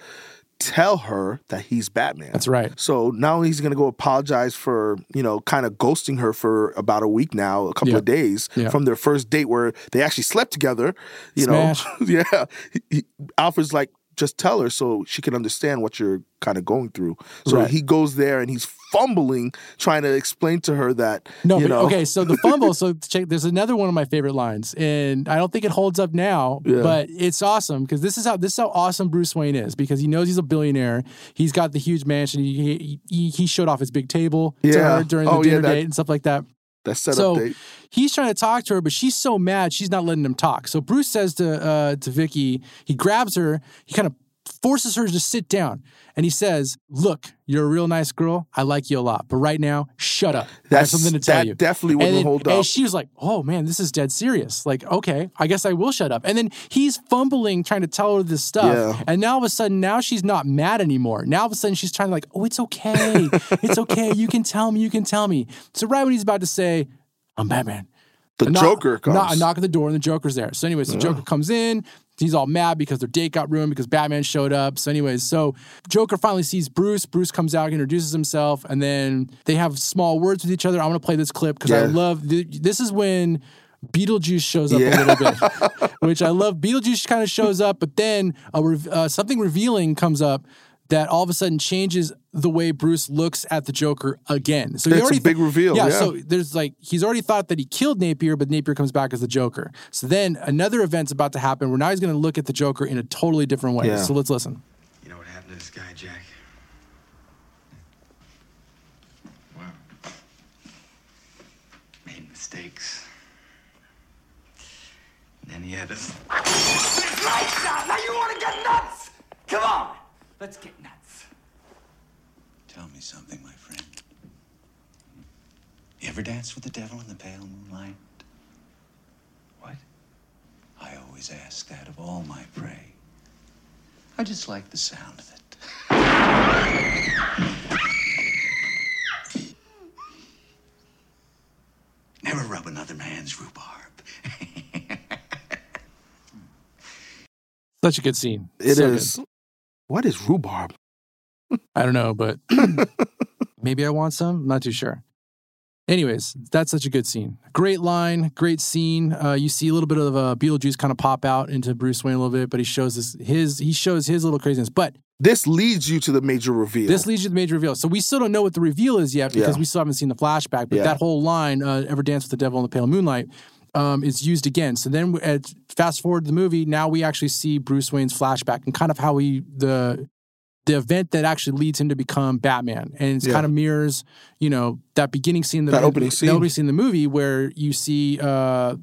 tell her that he's Batman. that's right. So now he's going to go apologize for, you know, kind of ghosting her for about a week now, a couple Yeah. of days Yeah. from their first date where they actually slept together. You Smash. know, yeah. He- he- Alfred's like, just tell her so she can understand what you're kind of going through. So Right. he goes there and he's fumbling trying to explain to her that, No, you but, know, okay. So the fumble. so check. There's another one of my favorite lines, and I don't think it holds up now, Yeah. but it's awesome because this is how this is how awesome Bruce Wayne is because he knows he's a billionaire. He's got the huge mansion. He he, he showed off his big table to Yeah. her during the Oh, yeah, dinner that- date and stuff like that. that setup so date. he's trying to talk to her, but she's so mad she's not letting him talk. So Bruce says to uh, to Vicky, he grabs her, he kind of forces her to sit down, and he says, "Look, you're a real nice girl. I like you a lot, but right now, shut up. That's- I have something to tell that you." definitely wouldn't and then- hold and up. she was like, "Oh man, this is dead serious. Like, okay, I guess I will shut up." And then he's fumbling trying to tell her this stuff, Yeah. and now all of a sudden, now she's not mad anymore. Now all of a sudden, she's trying to like, "Oh, it's okay, it's okay. You can tell me, you can tell me." So right when he's about to say, "I'm Batman." The knock- Joker comes. Knock, a knock at the door, and the Joker's there. So, anyways, the Joker comes in. He's all mad because their date got ruined because Batman showed up. So, anyways, so Joker finally sees Bruce. Bruce comes out, introduces himself, and then they have small words with each other. I'm going to play this clip because I Yeah. love th- this is when. Beetlejuice shows up Yeah. a little bit, which I love. Beetlejuice kind of shows up, but then a rev uh, something revealing comes up that all of a sudden changes the way Bruce looks at the Joker again. So he It's a already big reveal, yeah, yeah. so there's like he's already thought that he killed Napier, but Napier comes back as the Joker. So then another event's about to happen where now he's going to look at the Joker in a totally different way. Yeah. So let's listen. You know what happened to this guy, Jack? Wow. Made mistakes. And then he had us. It's lights out. Now you want to get nuts? Come on, let's get nuts. Tell me something, my friend. You ever dance with the devil in the pale moonlight? What? I always ask that of all my prey. I just like the sound of it. Never rub another man's rhubarb. Such a good scene. It is. So good. What is rhubarb? I don't know, but maybe I want some. I'm not too sure. Anyways, that's such a good scene. Great line, great scene. Uh, you see a little bit of uh, Beetlejuice kind of pop out into Bruce Wayne a little bit, but he shows this his he shows his little craziness. But This leads you to the major reveal. This leads you to the major reveal. So we still don't know what the reveal is yet because Yeah. we still haven't seen the flashback. But Yeah. that whole line, uh, "Ever dance with the devil in the pale moonlight," um, is used again. So then, uh, fast forward to the movie. Now we actually see Bruce Wayne's flashback and kind of how he the the event that actually leads him to become Batman, and it's Yeah. kind of mirrors, you know, that beginning scene, That opening scene. that opening scene in the movie where you see uh,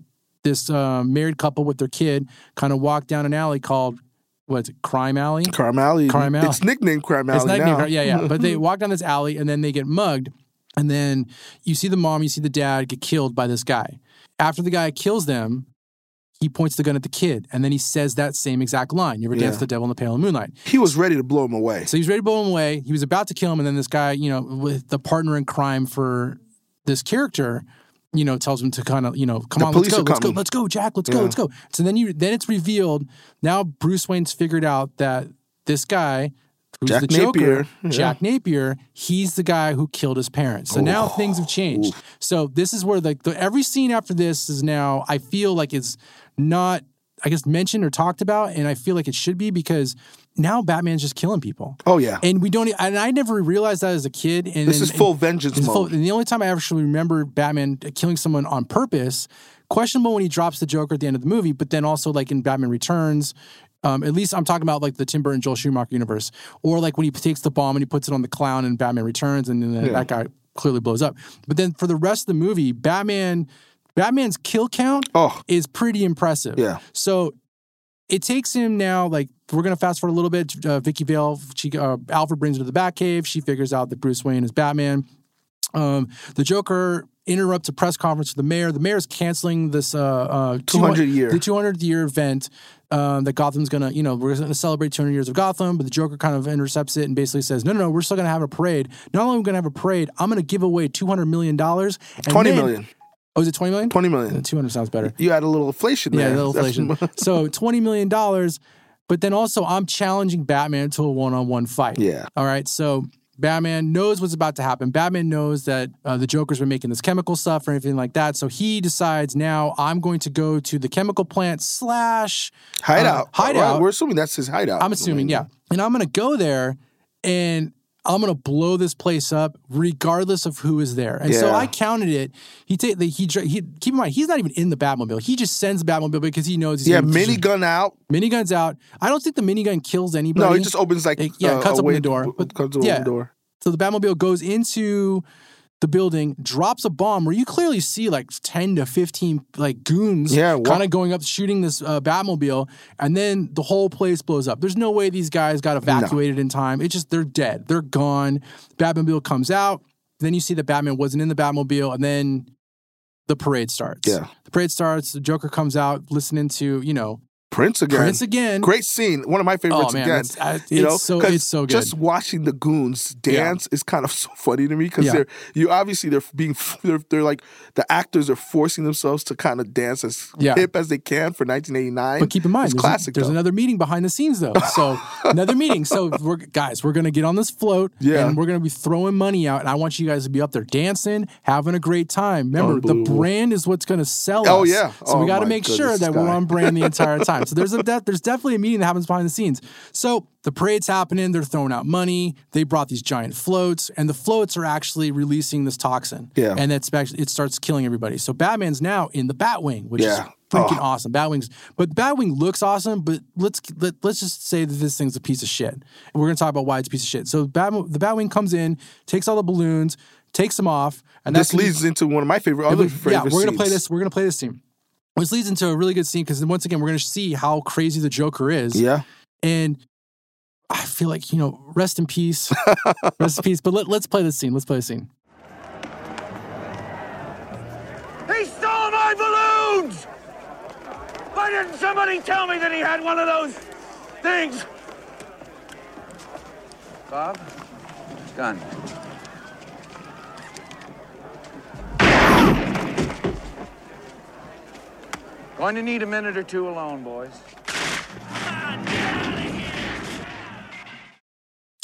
this uh, married couple with their kid kind of walk down an alley called what's it, Crime Alley. Crime Alley. Crime Alley. It's nicknamed Crime Alley It's not now. Nick- yeah, yeah. But they walk down this alley and then they get mugged. And then you see the mom, you see the dad get killed by this guy. After the guy kills them, he points the gun at the kid and then he says that same exact line. You ever dance Yeah. with the devil in the pale moonlight. He was ready to blow him away. So he's ready to blow him away. He was about to kill him, and then this guy, you know, with the partner in crime for this character, you know, tells him to kind of, you know, come The on, let's police go, are let's go, coming. let's go, Jack, let's go, Yeah. let's go. So then you then it's revealed now Bruce Wayne's figured out that this guy who's Jack the Joker, Napier, yeah. Jack Napier, he's the guy who killed his parents. So now things have changed. So this is where like the, every scene after this is now I feel like it's not I guess mentioned or talked about and I feel like it should be because now Batman's just killing people. Oh yeah. And we don't. e, And I never realized that as a kid. And This and- is full and- vengeance this is mode. and the only time I actually remember Batman killing someone on purpose, questionable when he drops the Joker at the end of the movie, but then also like in Batman Returns. Um, at least I'm talking about like the Tim Burton Joel Schumacher universe, or like when he takes the bomb and he puts it on the clown in Batman Returns, and then that guy clearly blows up. But then for the rest of the movie, Batman, Batman's kill count Oh. is pretty impressive. Yeah. So it takes him now like we're gonna fast forward a little bit uh, vicky vale she uh, alfred brings her to the batcave she figures out that bruce wayne is batman um, the joker interrupts a press conference with the mayor the mayor's canceling this uh, uh, 200 year. the 200 year event um, that gotham's gonna you know we're gonna celebrate 200 years of gotham but the joker kind of intercepts it and basically says no no no we're still gonna have a parade not only are we gonna have a parade i'm gonna give away 200 million dollars Twenty million. oh is it 20 million Twenty million. 200 sounds better You had a little inflation yeah, there. a little That's- inflation. so twenty million dollars, but then also I'm challenging Batman to a one-on-one fight. Yeah. All right. So Batman knows what's about to happen. Batman knows that uh, the Joker's been making this chemical stuff or anything like that. So he decides now I'm going to go to the chemical plant slash Hideout. Uh, hideout. Right, We're assuming that's his hideout. I'm assuming, yeah. And I'm going to go there and I'm going to blow this place up regardless of who is there. And so Yeah. I counted it. He take the, he, dr- he keep in mind he's not even in the Batmobile. He just sends the Batmobile because he knows he's Yeah, gonna- minigun out. Miniguns out. I don't think the minigun kills anybody. No, it just opens like It- yeah, it uh, cuts a open way- the door. But- Cuts open yeah. the door. So the Batmobile goes into the building, drops a bomb where you clearly see like 10 to 15 like goons Yeah, wha- kind of going up shooting this uh, Batmobile and then the whole place blows up. There's no way these guys got evacuated in time. It's just they're dead. They're gone. Batmobile comes out. Then you see that Batman wasn't in the Batmobile and then the parade starts. Yeah. The parade starts, the Joker comes out listening to, you know, Prince again. Prince again. Great scene. One of my favorites Oh, man, again. that's- I- you it's know, so- 'cause it's so good. Just watching the goons dance is kind of so funny to me because Yeah. they're you obviously they're being they're, they're like the actors are forcing themselves to kind of dance as Yeah. hip as they can for 1989. But keep in mind, it's there's, classic. there's though. another meeting behind the scenes, though. So another meeting. So we're guys, we're gonna get on this float, Yeah. and we're gonna be throwing money out. And I want you guys to be up there dancing, having a great time. Remember, the Unbelievable. brand is what's gonna sell Oh, us. yeah. So we Oh, got to my make sure goodness, that this we're guy. on brand the entire time. So there's a de- there's definitely a meeting that happens behind the scenes. So the parade's happening. They're throwing out money. They brought these giant floats, and the floats are actually releasing this toxin. Yeah. and that's actually it starts killing everybody. So Batman's now in the Batwing, which Yeah. is freaking Oh. awesome. Batwing's, but Batwing looks awesome. But let's let, let's just say that this thing's a piece of shit. And we're gonna talk about why it's a piece of shit. So Bat, the Batwing comes in, takes all the balloons, takes them off, and this that's gonna be- leads into one of my favorite and other we- favorite yeah, we're gonna play scenes. this. We're gonna play this scene, which leads into a really good scene because once again we're gonna see how crazy the Joker is. Yeah. and I feel like you know, rest in peace, rest in peace. But let, let's play this scene. Let's play this scene. He stole my balloons! Why didn't somebody tell me that he had one of those things? Bob, gun. Going to need a minute or two alone, boys.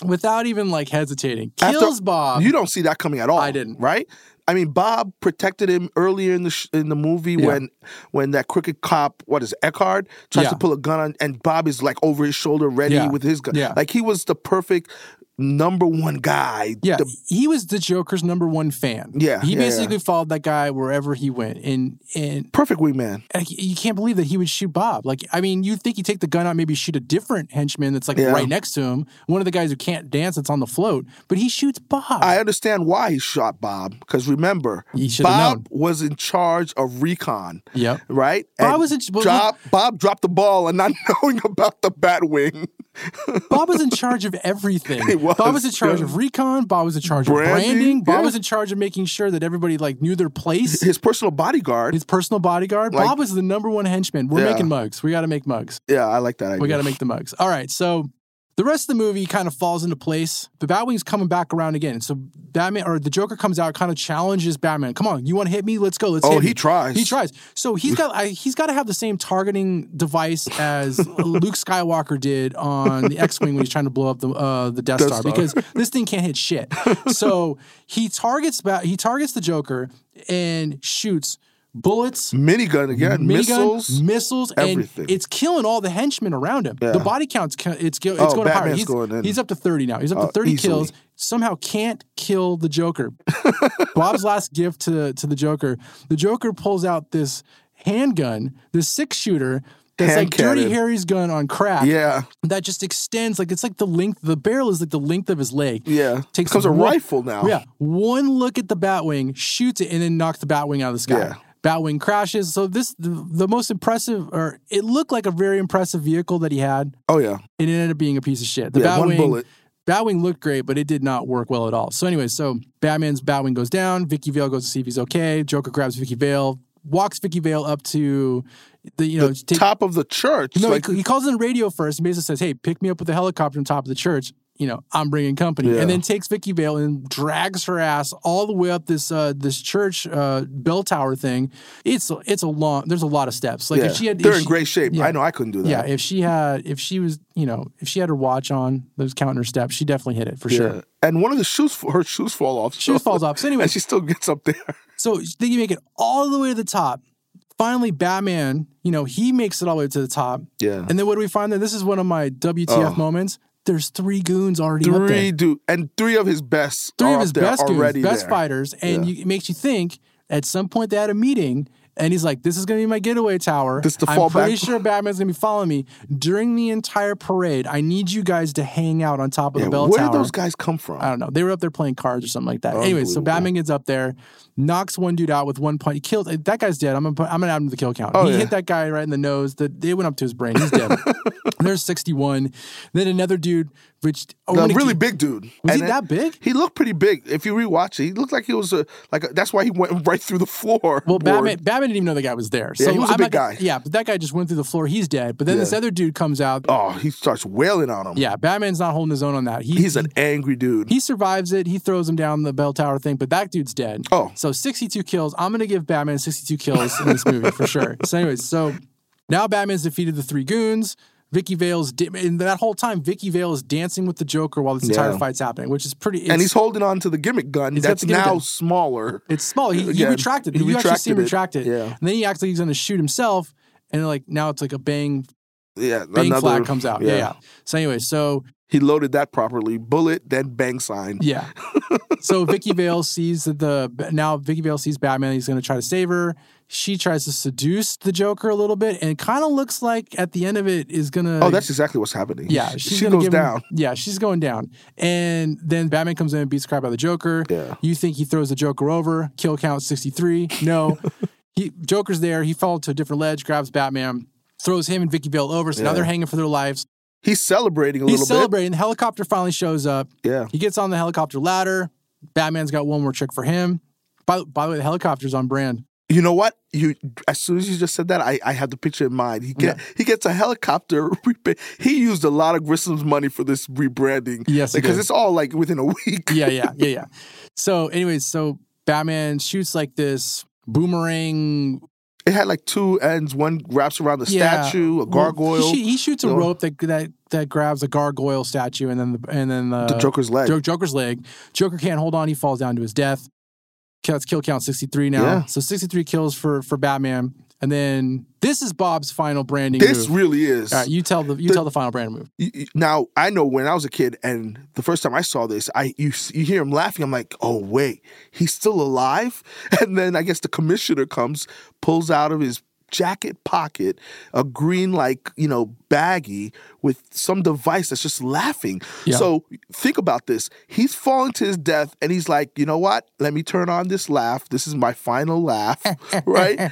Without even like hesitating, kills Bob. You don't see that coming at all. I didn't. Right? I mean, Bob protected him earlier in the sh- in the movie when when that crooked cop, what is it, Eckhard, tries Yeah. to pull a gun on, and Bob is like over his shoulder, ready Yeah. with his gun. Yeah. Like he was the perfect number one guy. Yeah, The- he was the Joker's number one fan. Yeah, he yeah, basically yeah. followed that guy wherever he went, and and perfect wingman. like, you can't believe that he would shoot Bob. Like, I mean, you think you take the gun out, maybe shoot a different henchman that's like Yeah. right next to him, one of the guys who can't dance that's on the float, but he shoots Bob. I understand why he shot Bob because remember, He should've Bob known. was in charge of recon. Yep. Right? Bob And was in ch- well, Job- Bob dropped the ball and not knowing about the Batwing. Bob was in charge of everything. He was, Bob was in charge yeah. of recon. Bob was in charge of branding. Branding, Bob yeah. was in charge of making sure that everybody like knew their place. His personal bodyguard. His personal bodyguard. Like- Bob was the number one henchman. We're Yeah. making mugs. We got to make mugs. yeah, I like that idea. We got to make the mugs. All right. So The rest of the movie kind of falls into place. The Batwing's coming back around again. So Batman or the Joker comes out, kind of challenges Batman. Come on, you want to hit me? Let's go. Let's. Oh, hit he me." tries. He tries. So he's got I, he's got to have the same targeting device as Luke Skywalker did on the X-wing when he's trying to blow up the uh, the Death, Death Star, Star. because this thing can't hit shit. So he targets Bat. He targets the Joker and shoots bullets Minigun again, minigun, missiles. missiles, everything. and it's killing all the henchmen around him. The body count's ki- it's kill, it's Oh, going higher. Batman's He's, going in. he's up to thirty now. He's up to Oh, thirty easily. kills. Somehow can't kill the Joker. Bob's last gift to to the Joker. The Joker pulls out this handgun, this six shooter. That's Hand like Dirty cannon. Harry's gun on crack. yeah, That just extends like it's like the length. The barrel is like the length of his leg. yeah. Takes Becomes a one- rifle now. Yeah. One look at the Batwing, shoots it, and then knocks the Batwing out of the sky. Yeah. Batwing crashes. So this the, the most impressive, or it looked like a very impressive vehicle that he had. Oh yeah. It ended up being a piece of shit. The Yeah, Batwing, one bullet. Batwing looked great, but it did not work well at all. So anyway, so Batman's Batwing goes down. Vicky Vale goes to see if he's okay. Joker grabs Vicky Vale, walks Vicky Vale up to the you know take- Top of the church. no, like, he, he calls in the radio first and basically says, "Hey, pick me up with the helicopter on top of the church. You know, I'm bringing company." Yeah. And then takes Vicky Vale and drags her ass all the way up this uh, this church uh, bell tower thing. It's it's a long. There's a lot of steps. Like yeah. if she had, if They're in she- great shape. yeah. I know I couldn't do that. Yeah, if she had, if she was, you know, if she had her watch on, those counting her steps, she definitely hit it for Yeah. sure. And one of the shoes, her shoes fall off. Shoes falls off. So anyway, and she still gets up there. So then you make it all the way to the top. Finally, Batman, you know, he makes it all the way to the top. Yeah. Oh. And then what do we find there? This is one of my WTF moments. There's three goons already up Three there. dude, and three of his best. Three are of up his there best goons, already best there. fighters. And Yeah. you, it makes you think at some point they had a meeting and he's like, this is going to be my getaway tower. This the I'm fallback- pretty sure Batman's going to be following me. During the entire parade, I need you guys to hang out on top of Yeah, the bell where tower. did those guys come from? I don't know. They were up there playing cards or something like that. Anyway, so Unbelievable. Batman gets up there, knocks one dude out with one punch. He killed that guy's dead. I'm gonna put, I'm gonna add him to the kill count. Oh, he yeah. hit that guy right in the nose. That they went up to his brain. He's dead. There's 61. Then another dude, which oh, The when he- really big dude. Was he then- that big? He looked pretty big. If you rewatch it, he looked like he was a like. A, that's why he went right through the floor. Well, board. Batman, Batman didn't even know the guy was there. So he was a I'm not- big guy. Yeah, but that guy just went through the floor. He's dead. But then this Yeah. other dude comes out. Oh, he starts wailing on him. Yeah, Batman's not holding his own on that. He, he's an angry dude. He survives it. He throws him down the bell tower thing, but that dude's dead. Oh. So 62 kills. I'm going to give Batman 62 kills in this movie for sure. So, anyways, so now Batman's defeated the three goons. Vicky Vale's, di- and that whole time, Vicky Vale is dancing with the Joker while this entire Yeah. fight's happening, which is pretty. and it's- he's holding on to the gimmick gun got that's the gimmick now gun. smaller. It's small. He, he Again, retracted. it. he you actually see him retract retracted it. it. Yeah. And then he actually he's going to shoot himself, and like now it's like a bang, yeah, bang flag comes out. yeah, yeah. So anyway, so He loaded that properly. Bullet, then bang sign. Yeah. so Vicky Vale sees that the now Vicky Vale sees Batman. He's going to try to save her. She tries to seduce the Joker a little bit, and it kind of looks like at the end of it is going to. Oh, that's exactly what's happening. yeah. She- She's she gonna goes give him- down. yeah, she's going down, and then Batman comes in and beats the crap out of the Joker. Yeah. You think he throws the Joker over? Kill count sixty three. No, he Joker's there. He falls to a different ledge, grabs Batman, throws him and Vicky Vale over. So now Yeah. they're hanging for their lives. He's celebrating a He's little bit. celebrating. The helicopter finally shows up. Yeah. He gets on the helicopter ladder. Batman's got one more trick for him. By, by the way, the helicopter's on brand. You know what? You as soon as you just said that, I, I had the picture in mind. He get, he gets a helicopter. repa- He used a lot of Grissom's money for this rebranding. Yes, he because did. it's all like within a week. Yeah, yeah, yeah, yeah. So, anyways, so Batman shoots like this boomerang. It had like two ends. One wraps around the Yeah. statue, a Well, gargoyle. he, sh- he shoots a you know. rope that that that grabs a gargoyle statue and then the and then the, The Joker's leg. Jo- Joker's leg. Joker can't hold on. He falls down to his death. That's kill count sixty three now. Yeah. So sixty three kills for for Batman. And then this is Bob's final branding. this move. really is. All right, you tell the you tell the final brand move. you- you- now I know when I was a kid, and the first time I saw this, I you s- you hear him laughing. I'm like, oh wait, he's still alive. And then I guess the commissioner comes, pulls out of his jacket pocket a green like you know baggie with some device that's just laughing. Yeah. So think about this. He's falling to his death, and he's like, you know what? Let me turn on this laugh. This is my final laugh, right?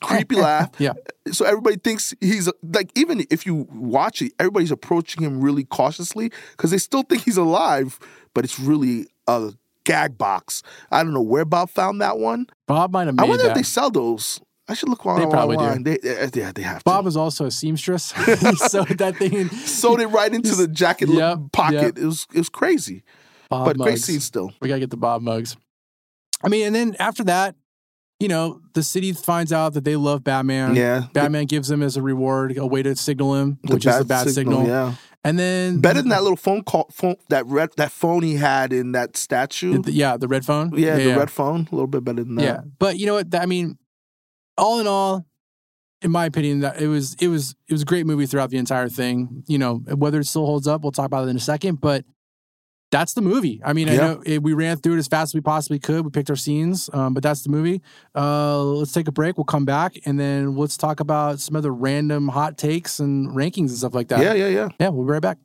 Creepy laugh. Yeah. So everybody thinks he's like, even if you watch it, everybody's approaching him really cautiously because they still think he's alive, but it's really a gag box. I don't know where Bob found that one. Bob might have made I wonder that. if they sell those. I should look on They probably do. online. They, yeah, they, they have Bob to. is also a seamstress. he sewed that thing in. Sewed it right into the jacket Yep, look- pocket. yep. It was it was crazy, Bob but great mugs. scene still. We gotta get the Bob mugs. I mean, and then after that, you know, the city finds out that they love Batman. Yeah. Batman gives them as a reward a way to signal him, which is the bad signal. Yeah, And then better than that little phone call phone that red that phone he had in that statue. the- yeah, the red phone. yeah, the red phone. A little bit better than that. Yeah, but you know what? That- I mean, all in all, in my opinion, that it was it was it was a great movie throughout the entire thing. You know, whether it still holds up, we'll talk about it in a second. But that's the movie. I mean, I Yeah. know it, we ran through it as fast as we possibly could. We picked our scenes, um, but that's the movie. Uh, let's take a break. We'll come back and then let's talk about some other random hot takes and rankings and stuff like that. yeah, yeah, yeah. Yeah, we'll be right back.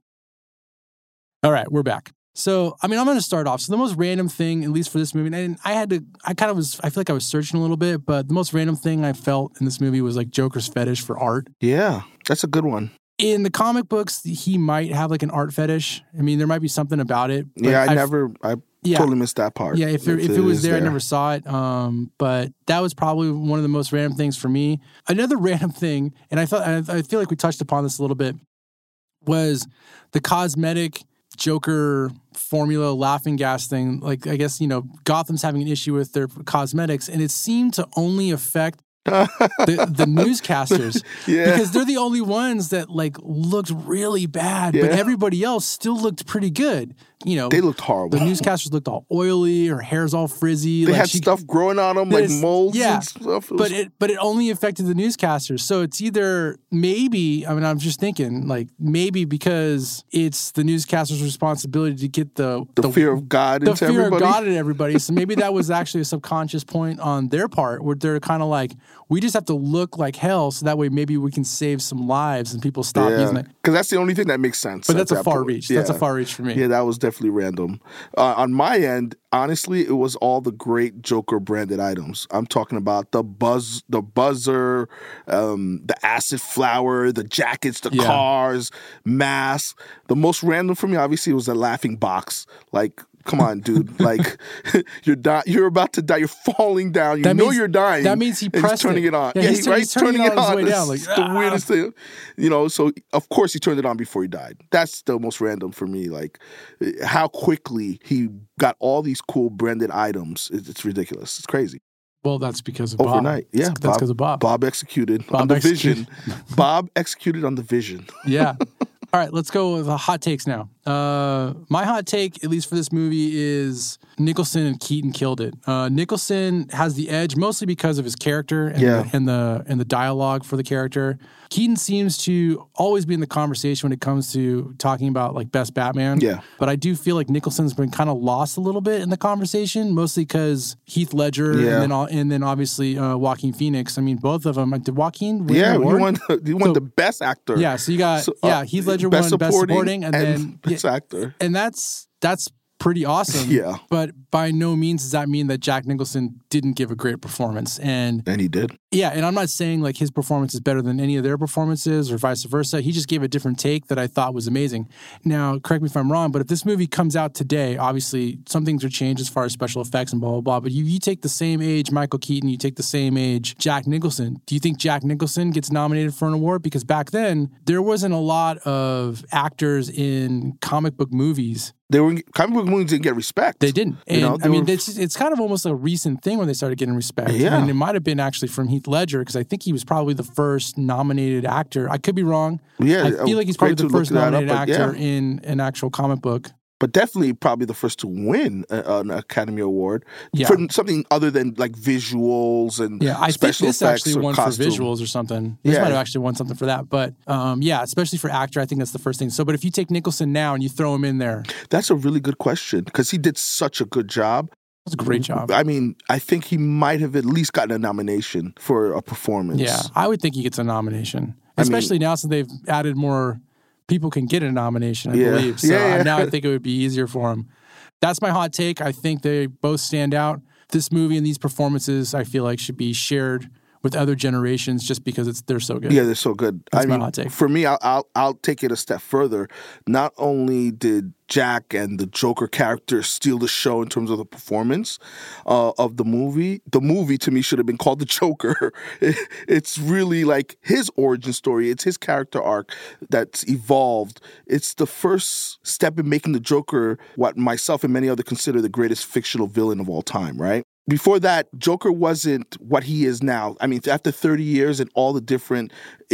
All right, we're back. So, I mean, I'm going to start off. So, the most random thing, at least for this movie, and I had to, I kind of was, I feel like I was searching a little bit, but the most random thing I felt in this movie was like Joker's fetish for art. Yeah, that's a good one. In the comic books, he might have like an art fetish. I mean, there might be something about it. but Yeah, I I've- never, I Yeah. totally missed that part. Yeah, if it, if it is was there, I never saw it. Um, but that was probably one of the most random things for me. Another random thing, and I thought I I feel like we touched upon this a little bit, was the cosmetic Joker formula laughing gas thing. Like I guess you know Gotham's having an issue with their cosmetics, and it seemed to only affect. the, the newscasters Yeah. because they're the only ones that like looked really bad but Yeah. everybody else still looked pretty good you know They looked the horrible. newscasters looked all oily, her hair's all frizzy. they like had she- stuff growing on them, like There's- molds yeah, and stuff. It but was- it but it only affected the newscasters. So it's either maybe I mean I'm just thinking like maybe because it's the newscaster's responsibility to get the the, fear of God the into fear everybody. of God in everybody. So maybe that was actually a subconscious point on their part where they're kind of like we just have to look like hell so that way maybe we can save some lives and people stop yeah, using it. because that's the only thing that makes sense. But at that's a that far point. reach. That's a far reach for me. Yeah, that was definitely random. Uh, on my end, honestly, it was all the great Joker branded items. I'm talking about the buzz, the buzzer, um, the acid flower, the jackets, the Yeah. cars, masks. The most random for me, obviously, was the laughing box. Like, come on, dude! like, you're di- you're about to die. You're falling down. You That know means- you're dying. that means he and he's pressed turning it. it, on. Yeah, Yeah, he's he- turn- right, he's turning it on his on. way down, It's like, the weirdest thing, you know. So of course he turned it on before he died. That's the most random for me. Like uh, how quickly he got all these cool branded items. It's, it's ridiculous. It's crazy. Well, that's because of Overnight, Bob. yeah, that's because of Bob. Bob executed on Bob the executed. vision. Bob executed on the vision. yeah. All right, let's go with the hot takes now. Uh, my hot take, at least for this movie, is Nicholson and Keaton killed it. Uh, Nicholson has the edge mostly because of his character and, Yeah. the, and the and the dialogue for the character. Keaton seems to always be in the conversation when it comes to talking about like best Batman. Yeah. but I do feel like Nicholson's been kind of lost a little bit in the conversation, mostly because Heath Ledger Yeah. and then all, and then obviously uh, Joaquin Phoenix. I mean, both of them. Like, did Joaquin? Win Yeah, an he award? won. The, he won So- the best actor. Yeah, so you got So, uh, yeah Heath Ledger best won best supporting supporting, and, and then best yeah, actor. and that's that's pretty awesome. Yeah. but by no means does that mean that Jack Nicholson didn't give a great performance. And and he did. yeah, and I'm not saying like his performance is better than any of their performances or vice versa. He just gave a different take that I thought was amazing. Now, correct me if I'm wrong, but if this movie comes out today, obviously some things are changed as far as special effects and blah blah blah. But you you take the same age Michael Keaton, you take the same age Jack Nicholson. Do you think Jack Nicholson gets nominated for an award? Because back then there wasn't a lot of actors in comic book movies They were comic book movies didn't get respect. they didn't. You And know, they I mean, were- it's, it's kind of almost a recent thing when they started getting respect. Yeah. And it might have been actually from Heath Ledger because I think he was probably the first nominated actor. I could be wrong. Yeah, I uh, feel like he's probably great to the look first that up, nominated but yeah. actor in an actual comic book. but definitely probably the first to win a, an Academy Award Yeah. for something other than like visuals and Yeah, I think special this effects actually or won costume. for visuals or something. This Yeah. might have actually won something for that. But um, yeah, especially for actor, I think that's the first thing. So, but if you take Nicholson now and you throw him in there, That's a really good question because he did such a good job. that's a great job. I mean, I think he might have at least gotten a nomination for a performance. Yeah, I would think he gets a nomination, mean- especially now since they've added more people can get a nomination. I Yeah. believe so. Yeah, yeah. Now I think it would be easier for him. That's my hot take. I think they both stand out. This movie and these performances, I feel like, should be shared with other generations just because it's they're so good. Yeah, they're so good. That's I my mean, hot take. for me, I'll, I'll I'll take it a step further. Not only did Jack and the Joker character steal the show in terms of the performance uh, of the movie, the movie to me should have been called the Joker. It- it's really like his origin story. It's his character arc that's evolved. It's the first step in making the Joker what myself and many other consider the greatest fictional villain of all time. Right before that, Joker wasn't what he is now. I mean, after 30 years and all the different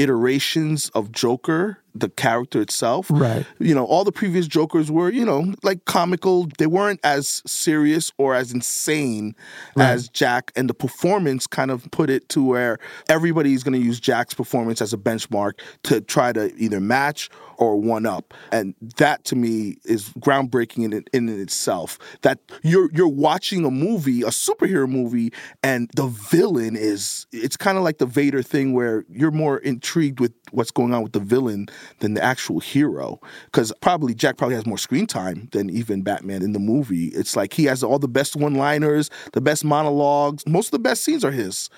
iterations of Joker, the character itself, Right. you know, all the previous Jokers were, you know, like comical. They weren't as serious or as insane as Jack. And the performance kind of put it to where everybody's going to use Jack's performance as a benchmark to try to either match or one up. And that to me is groundbreaking in, it- in itself. That you're you're watching a movie, a superhero movie, and the villain is it's kind of like the Vader thing where you're more intrigued with what's going on with the villain than the actual hero. Because probably Jack probably has more screen time than even Batman in the movie. It's like he has all the best one-liners, the best monologues, most of the best scenes are his.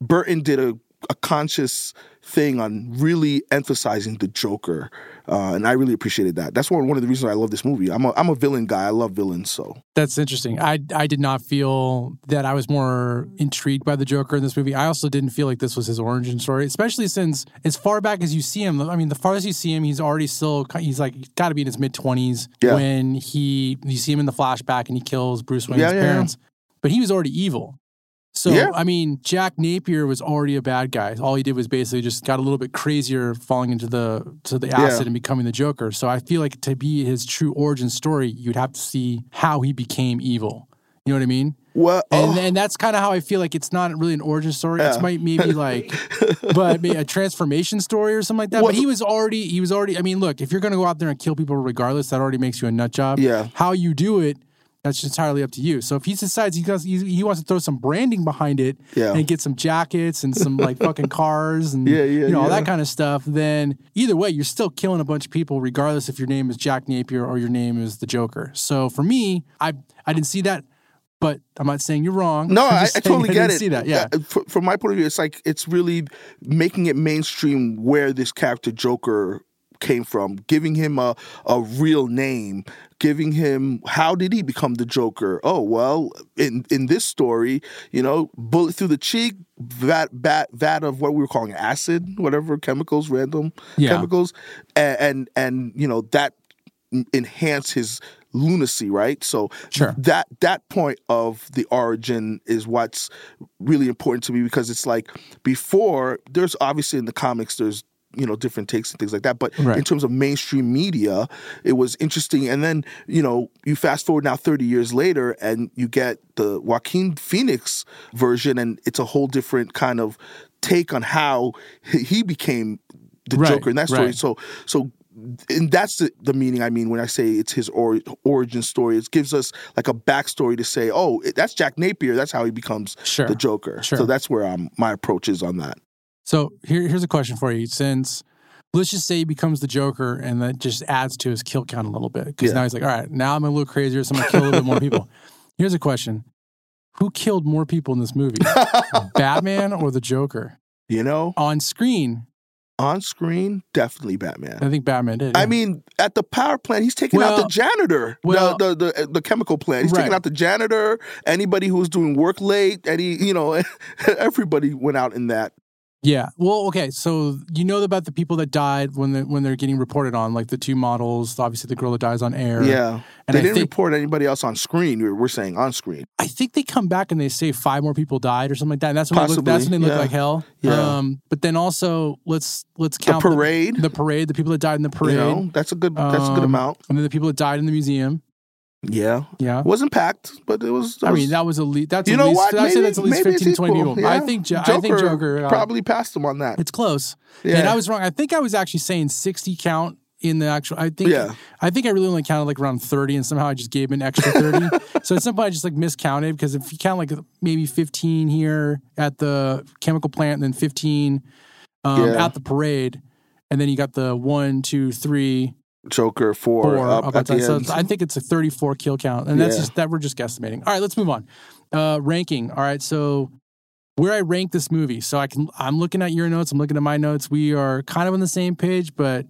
Burton did a a conscious thing on really emphasizing the Joker, uh, and I really appreciated that. That's one one of the reasons I love this movie. I'm a I'm a villain guy. I love villains, so That's interesting. I I did not feel that I was more intrigued by the Joker in this movie. I also didn't feel like this was his origin story, especially since as far back as you see him, I mean, the farthest you see him, he's already still he's like got to be in his mid twenties Yeah. when he you see him in the flashback and he kills Bruce Wayne's Yeah, yeah, yeah. parents, but he was already evil. So Yeah. I mean, Jack Napier was already a bad guy. All he did was basically just got a little bit crazier, falling into the to the acid and becoming the Joker. So I feel like to be his true origin story, you'd have to see how he became evil. You know what I mean? Well, And, oh, and that's kind of how I feel like it's not really an origin story. It's Yeah. might maybe like, but maybe a transformation story or something like that. Well- But he was already, he was already. I mean, look, if you're gonna go out there and kill people regardless, that already makes you a nut job. Yeah. How you do it, that's entirely up to you. So if he decides he does, he, he wants to throw some branding behind it Yeah. and get some jackets and some like fucking cars and Yeah, yeah, you know all yeah. that kind of stuff, then either way, you're still killing a bunch of people, regardless if your name is Jack Napier or your name is the Joker. So for me, I I didn't see that. But I'm not saying you're wrong. no, I'm I, just I saying totally didn't get it. See that? Yeah. Uh, fr- from my point of view, it's like it's really making it mainstream where this character Joker came from, giving him a a real name, giving him how did he become the Joker? Oh well, in in this story, you know, bullet through the cheek, vat vat vat of what we were calling acid, whatever chemicals, random Yeah. chemicals, and, and and you know that n- enhance his lunacy, right? So Sure. that that point of the origin is what's really important to me because it's like before there's obviously in the comics there's you know different takes and things like that but Right. in terms of mainstream media it was interesting and then you know you fast forward now 30 years later and you get the Joaquin Phoenix version and it's a whole different kind of take on how he he became the Right, Joker in that story right. so so and that's the, the meaning I mean when I say it's his or, origin story. It gives us like a backstory to say, oh, it- that's Jack Napier. That's how he becomes Sure. the Joker. Sure. So that's where um, my approach is on that. So here, here's a question for you. Since let's just say he becomes the Joker, and that just adds to his kill count a little bit because Yeah. now he's like, all right, now I'm a little crazier, so I'm gonna kill a little bit more people. Here's a question: Who killed more people in this movie, Batman or the Joker? You know, On screen, on screen, definitely Batman. I think Batman did. I yeah. mean, at the power plant, he's taking out Well- the janitor, well- the, the the the chemical plant. He's taking Right. out the janitor, anybody who was doing work late, any you know, everybody went out in that. yeah. Well, okay. So you know about the people that died when the, when they're getting reported on, like the two models, obviously the girl that dies on air. Yeah, And they I didn't think- report anybody else on screen. We're we're saying on screen. I think they come back and they say five more people died or something like that. And that's when they look, Possibly, that's when they look yeah. like hell. Yeah. Um, but then also let's let's count parade. the, parade, the people that died in the parade, You know, that's a good that's a good Um, amount. and then the people that died in the museum. Yeah. Yeah. wasn't packed, but it was. I mean, that was at least that's you at know least, what? I'd say that's at least maybe it's fifteen to twenty equal. people. I Yeah. think jo- I think Joker uh, probably passed him on that. it's close. Yeah. And I was wrong. I think I was actually saying sixty count in the actual. I think Yeah. I think I really only counted like around thirty, and somehow I just gave an extra thirty. so at some point I just like miscounted because if you count like maybe fifteen here at the chemical plant, and then fifteen um, Yeah. at the parade, and then you got the one, two, three, Joker four, four up, up at the outside. So end. I think it's a thirty-four kill count, and that's Yeah. just that we're just guesstimating. All right, let's move on. Uh, ranking. All right, so where I rank this movie. So I can I'm looking at your notes, I'm looking at my notes. We are kind of on the same page, but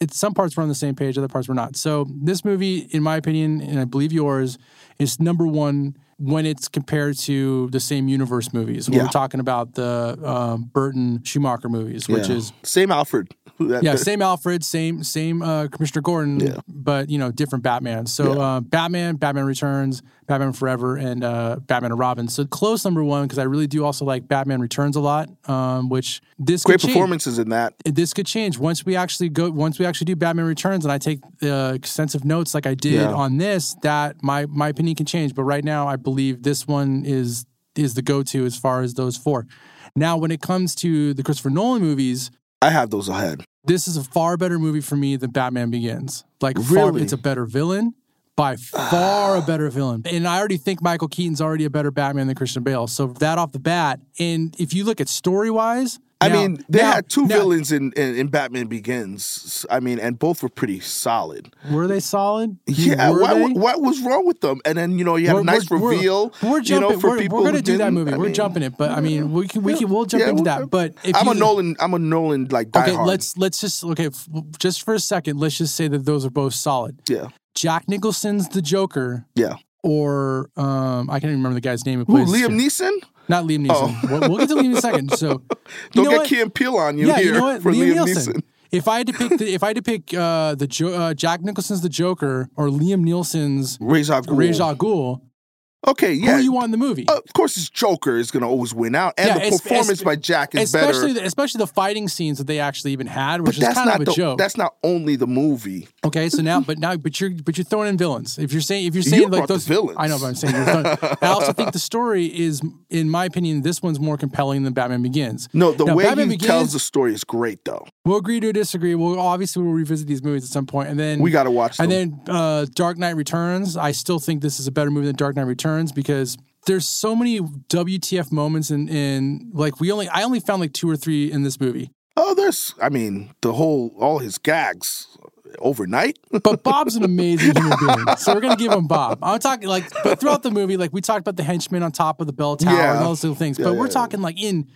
it's some parts we're on the same page, other parts we're not. So this movie, in my opinion, and I believe yours, is number one when it's compared to the same universe movies. When Yeah. We're talking about the um, Burton Schumacher movies, which Yeah. is same Alfred. That- yeah, that- same Alfred, same same uh, Commissioner Gordon, Yeah. but you know different Batman. So Yeah. uh, Batman, Batman Returns, Batman Forever, and uh, Batman and Robin. So close number one because I really do also like Batman Returns a lot, um, which this Great could change. performances in that. This could change once we actually go. Once we actually do Batman Returns, and I take uh, extensive notes like I did Yeah. on this, that my my opinion can change. But right now, I believe this one is is the go to as far as those four. Now, when it comes to the Christopher Nolan movies, I have those ahead. this is a far better movie for me than Batman Begins. Like, far, Really? it's a better villain, by far a better villain. And I already think Michael Keaton's already a better Batman than Christian Bale. So that off the bat, and if you look at story wise, I mean, they had two villains in, in, in Batman Begins. I mean, and both were pretty solid. Were they solid? Yeah, were what, they? what was wrong with them? And then you know you had a nice reveal. We're, we're you jumping. know, for we're, we're people who gonna do that didn't- movie. I we're mean, jumping it, but I mean, we can, we can, we'll jump yeah, into we'll that. jump- But if I'm you, a Nolan. I'm a Nolan like diehard. Okay, let's let's just okay, f- just for a second, let's just say that those are both solid. Yeah, Jack Nicholson's the Joker yeah. or um, I can't even remember the guy's name. Who Who, plays Liam Neeson? Oh. Not Liam Neeson. We'll, we'll get to Liam in a second. So, you Don't know get what? Kim Peel on you yeah, here you know what? for Liam, Liam, Neeson. Neeson. If I had to pick, the, if I had to pick uh, the jo- uh, Jack Nicholson's The Joker or Liam Nielsen's Ra's al Rage Ghul. al Ghul, Okay, who yeah. you want in the movie? Uh, of course, it's Joker is going to always win out, and Yeah, the es- performance es- by Jack is better. especially the, especially the fighting scenes that they actually even had, but which is that's kind not of a the, joke. that's not only the movie. Okay, so now, but now, but you're but you're throwing in villains. If you're saying if you're saying like brought the those villains. I know, but I'm saying you're throwing, I also think the story is, in my opinion, this one's more compelling than Batman Begins. No, the Now, way Batman he tells Begins- the story is great, though. We'll agree to disagree. We'll obviously we'll revisit these movies at some point, and then We gotta watch And them. then uh, Dark Knight Returns. I still think this is a better movie than Dark Knight Returns because there's so many WTF moments in in like we only I only found like two or three in this movie. Oh, there's, I mean, the whole, all his gags overnight. But Bob's an amazing human being, so we're gonna give him Bob. I'm talking like, but throughout the movie, like we talked about the henchman on top of the bell tower Yeah. and all those little things. Yeah, but yeah, we're yeah. talking like in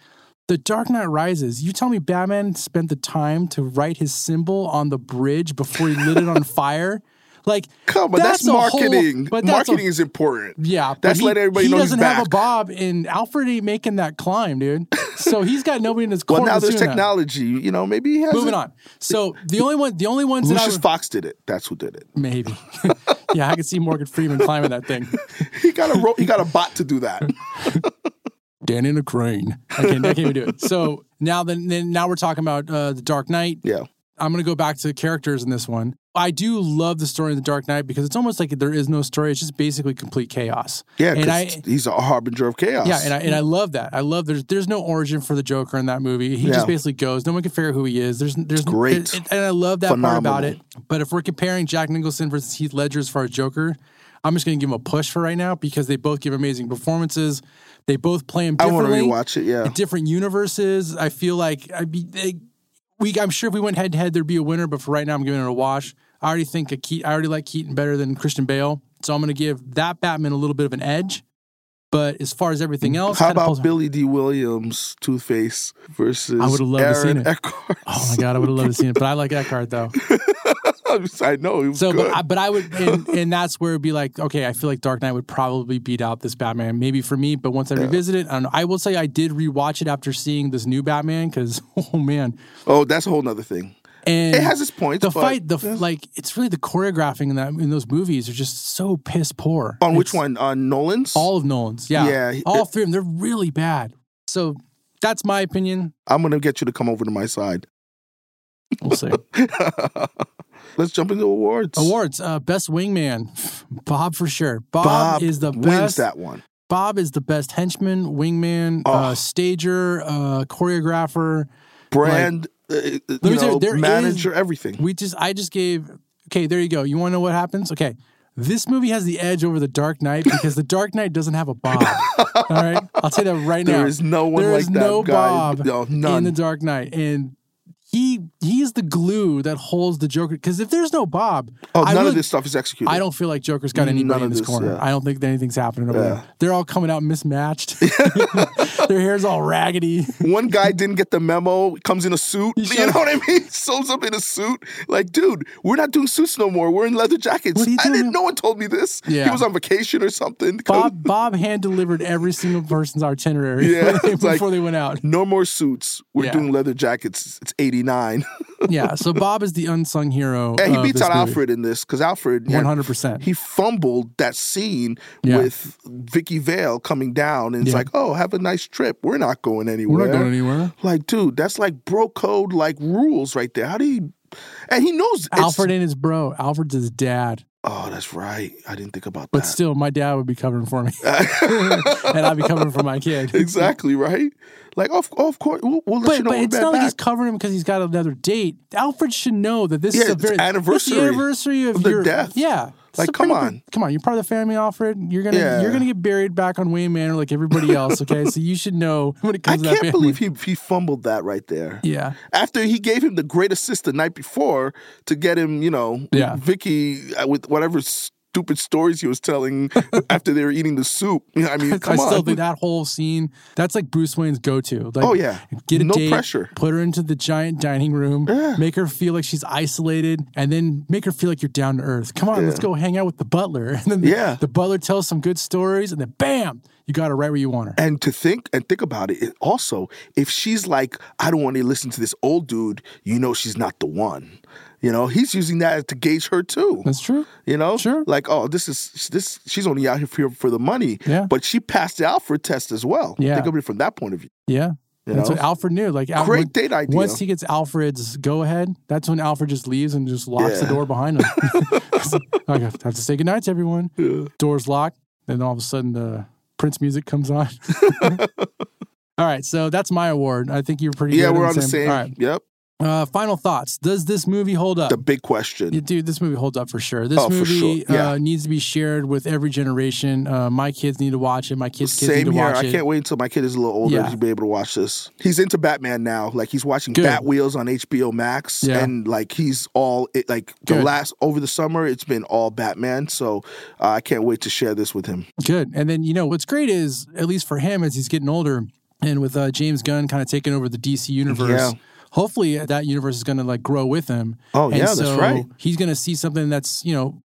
the Dark Knight Rises. You tell me Batman spent the time to write his symbol on the bridge before he lit it on fire. Like, Come on, that's, a whole- marketing. but that's a- marketing is important. yeah, but that's he, letting everybody he know he's doesn't back. have a Bob, and Alfred ain't making that climb, dude. So he's got nobody in his corner. well, now there's that's doing that. technology. You know, maybe he has. Moving it. on. So the only one, the only ones that I Lucius would- Fox did it. That's who did it. Maybe. yeah, I could see Morgan Freeman climbing that thing. He got a ro- he got a bot to do that. Dan in a crane. I can't, I can't even do it. So now then, then now we're talking about uh, the Dark Knight. Yeah. I'm gonna go back to the characters in this one. I do love the story of the Dark Knight because it's almost like there is no story. It's just basically complete chaos. Yeah, and I because he's a harbinger of chaos. yeah, and I and I love that. I love there's there's no origin for the Joker in that movie. He Yeah. just basically goes. No one can figure out who he is. There's there's great. and, and I love that part about Phenomenal. it. But if we're comparing Jack Nicholson versus Heath Ledger as far as Joker, I'm just gonna give him a push for right now because they both give amazing performances. They both play him I wanna differently. rewatch it, yeah. in different universes. I feel like I be. They, we, I'm sure if we went head to head, there'd be a winner. But for right now, I'm giving it a wash. I already think a Keat, I already like Keaton better than Christian Bale, so I'm going to give that Batman a little bit of an edge. But as far as everything else, How kinda pulls- about Billy D. Williams, Toothface versus I would've loved to seen Aaron it. Eckhart? Oh my god, I would have loved to see it, but I like Eckhart though. I know. It was So, good. but I, but I would, and, and that's where it'd be like, okay, I feel like Dark Knight would probably beat out this Batman, maybe for me. But once I revisit it, I don't know. I will say I did rewatch it after seeing this new Batman because, oh man, oh, that's a whole nother thing. and It has its points, The but- fight, the yeah. like, it's really the choreographing in that in those movies are just so piss poor. On which It's- one? On Nolan's? All of Nolan's, yeah, Yeah, all it- three of them. They're really bad. So that's my opinion. I'm going to get you to come over to my side. We'll see. Let's jump into awards. Awards: uh, Best Wingman, Bob for sure. Bob, Bob is the wins best. that one. Bob is the best henchman, wingman, uh, Oh. stager, uh, choreographer. Brand, uh, Let you me tell you, know, there is- manager, everything. We just, I just gave. Okay, there you go. You want to know what happens? Okay, this movie has the edge over the Dark Knight because the Dark Knight doesn't have a Bob. All right, I'll tell you that right now. There is no one There like is that no guy. Bob No, in none. the Dark Knight, and he he is the glue that holds the Joker. Because if there's no Bob, Oh, I none of really- this stuff is executed. I don't feel like Joker's got anybody None of in this, this, corner. yeah. I don't think anything's happening over Yeah. there. They're all coming out mismatched. Their hair's all raggedy. One guy didn't get the memo, comes in a suit. He You shows- know what I mean? Shows up in a suit. Like, dude, we're not doing suits no more. We're in leather jackets. What are you I doing? didn't. No one told me this. Yeah. He was on vacation or something. Bob Bob hand delivered every single person's itinerary Yeah, it's before like- they went out. No more suits. We're Yeah. doing leather jackets. It's 89. Yeah, so Bob is the unsung hero. and he of beats Oh, this out movie. Alfred in this because Alfred, yeah, 100%. he fumbled that scene Yeah. with Vicky Vale coming down, and it's Yeah. like, oh, have a nice trip. We're not going anywhere. We're not going anywhere. Like, dude, that's like bro code, like rules right there. How do you? And he knows it's- Alfred and his bro. Alfred's his dad, Oh, that's right. I didn't think about but that. still, my dad would be covering for me, and I'd be covering for my kid. exactly right. Like, of, of course, we'll, we'll let But, you know. but when it's we're not like back. he's covering him because he's got another date. Alfred should know that this Yeah, is a it's very anniversary This is the anniversary of, of their your death. Yeah, It's Like, a come pretty- on. come on. You're part of the family, Alfred. You're gonna Yeah. you're gonna get buried back on Wayne Manor like everybody else. Okay, so you should know when it I comes. to can't that believe family. he he fumbled that right there. Yeah, after he gave him the great assist the night before to get him, you know, Yeah. Vicky uh, with whatever stupid stories he was telling after they were eating the soup. You know, I mean, come I still on. think that whole scene. That's like Bruce Wayne's go-to. Like, Oh, yeah. get a No date, pressure. Put her into the giant dining room. Make her feel like she's isolated, and then make her feel like you're down to earth. Come on, let's go hang out with the butler. And then the, Yeah. the butler tells some good stories, and then bam, you got her right where you want her. and to think and think about it, it also if she's like i don't want to listen to this old dude you know she's not the one you know he's using that to gauge her too That's true. You know, Mm-hmm. Sure. Like, oh, this is this. She's only out here for, for the money. Yeah. But she passed the Alfred test as well. Yeah. Think of it from that point of view. Yeah. You that's know? what Alfred knew. Like Alfred, Great date idea. Once he gets Alfred's go ahead, that's when Alfred just leaves and just locks the Yeah. door behind him. I have to say goodnight to everyone. Doors locked. Then all of a sudden the Prince music comes on. all right. So that's my award. I think you're pretty Yeah, good we're on the same. All right. Yep. Uh, final thoughts. Does this movie hold up? The big question. Yeah, dude, this movie holds up for sure. This Oh, for movie sure. Yeah. uh, needs to be shared with every generation. Uh, my kids need to watch it. My kids' kids need Same to here. watch I it. can't wait until my kid is a little older Yeah. to be able to watch this. He's into Batman now. Like he's watching Good. Bat Wheels on HBO Max, Yeah. and like he's all it, like the Good. last over the summer. It's been all Batman, so uh, I can't wait to share this with him. Good. And then, you know, what's great is, at least for him, as he's getting older and with uh, James Gunn kind of taking over the DC universe. Yeah. Hopefully that universe is going to like grow with him. Oh, And yeah, that's so right. He's going to see something that's you know,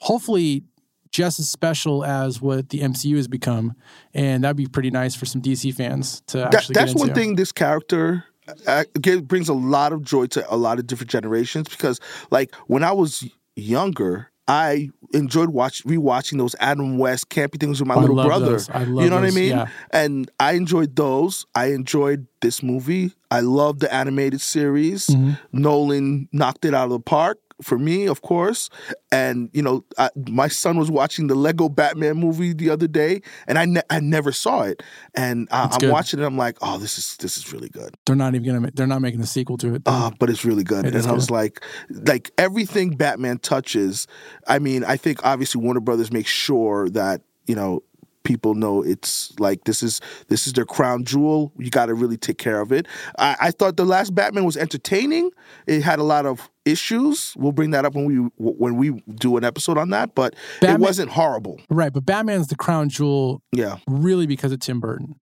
hopefully just as special as what the MCU has become, and that'd be pretty nice for some DC fans to That, actually. that's get one into. thing. This character uh, gives, brings a lot of joy to a lot of different generations because, like, when I was younger. I enjoyed watch rewatching those Adam West campy things with my I little love brother. those. I love you know those, what I mean? yeah. and I enjoyed those. I enjoyed this movie. I love the animated series. Mm-hmm. Nolan knocked it out of the park for me, of course. And you know, I, my son was watching the Lego Batman movie the other day, and I ne- I never saw it. And I, I'm good. watching it. I'm like, oh, this is this is really good. They're not even gonna. ma- They're not making a sequel to it. Uh, but it's really good. It and is I was good. like, like everything Batman touches. I mean, I think obviously Warner Brothers makes sure that you know people know it's like this is this is their crown jewel. You got to really take care of it. I, I thought the last Batman was entertaining. It had a lot of issues. We'll bring that up when we when we do an episode on that. But it Batman- wasn't horrible. right, but Batman's the crown jewel, Yeah. really, because of Tim Burton.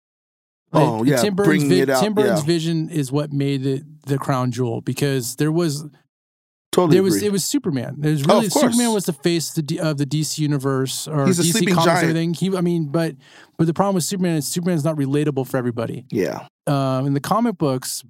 Oh, Like, yeah, Tim Burton's, bringing vi- it out, Tim Burton's yeah. vision is what made it the crown jewel because there was Totally. there was agree. it was Superman. There's Oh, really of course. Superman was the face of the, D- of the DC universe or He's a DC sleeping comics giant. and everything. He, I mean, but but the problem with Superman is Superman's not relatable for everybody. yeah. Um, in the comic books,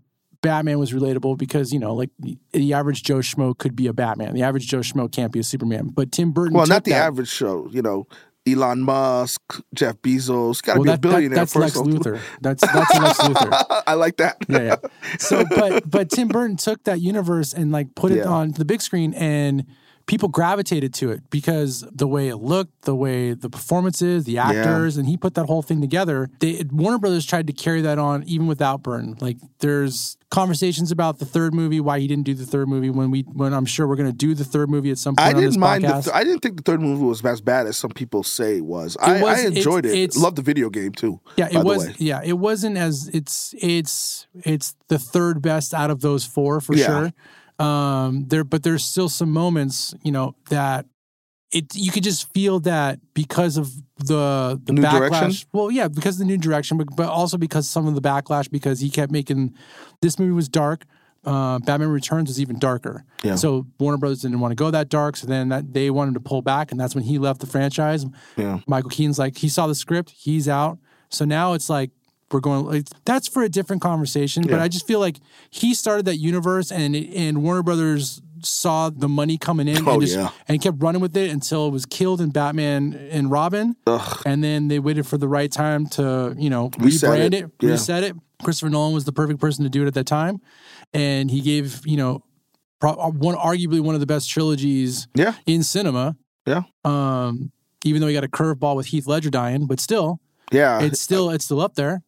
Batman was relatable because you know, like the average Joe Schmo could be a Batman. The average Joe Schmo can't be a Superman. But Tim Burton, Well, took not the that. average show. You know. Elon Musk, Jeff Bezos, got to Well, be a that- that- billionaire that's first. Lex Luthor. That's that's Lex Luthor. I like that. yeah, yeah. So, but but Tim Burton took that universe and like put it Yeah. on the big screen and people gravitated to it because the way it looked, the way the performances, the actors, and he put that whole thing together. They, Warner Brothers tried to carry that on even without Burton. Like there's conversations about the third movie, why he didn't do the third movie when we when I'm sure we're going to do the third movie at some point I on this didn't mind. The podcast. th- I didn't think the third movie was as bad as some people say it was. I, was- I it's- enjoyed it. it's- Loved the video game too. yeah, by it the was. way. Yeah, it wasn't as it's it's it's the third best out of those four for Yeah. sure. Um, there, but there's still some moments, you know, that it you could just feel that because of the the New backlash. direction? Well, yeah, because of the new direction, but but also because some of the backlash because he kept making this movie was dark. Uh, Batman Returns was even darker. Yeah. So Warner Brothers didn't want to go that dark. So then that they wanted to pull back, and that's when he left the franchise. Yeah. Michael Keaton's like he saw the script, he's out. So now it's like we're going. Like, that's for a different conversation. But Yeah. I just feel like he started that universe, and and Warner Brothers saw the money coming in, Oh, and, just, yeah. and kept running with it until it was killed in Batman and Robin. And then they waited for the right time to you know Reset rebrand it. it, Yeah. reset it. Christopher Nolan was the perfect person to do it at that time, and he gave you know pro- one arguably one of the best trilogies Yeah. in cinema. Yeah. Um, even though he got a curveball with Heath Ledger dying, but still, Yeah. it's still it's still up there.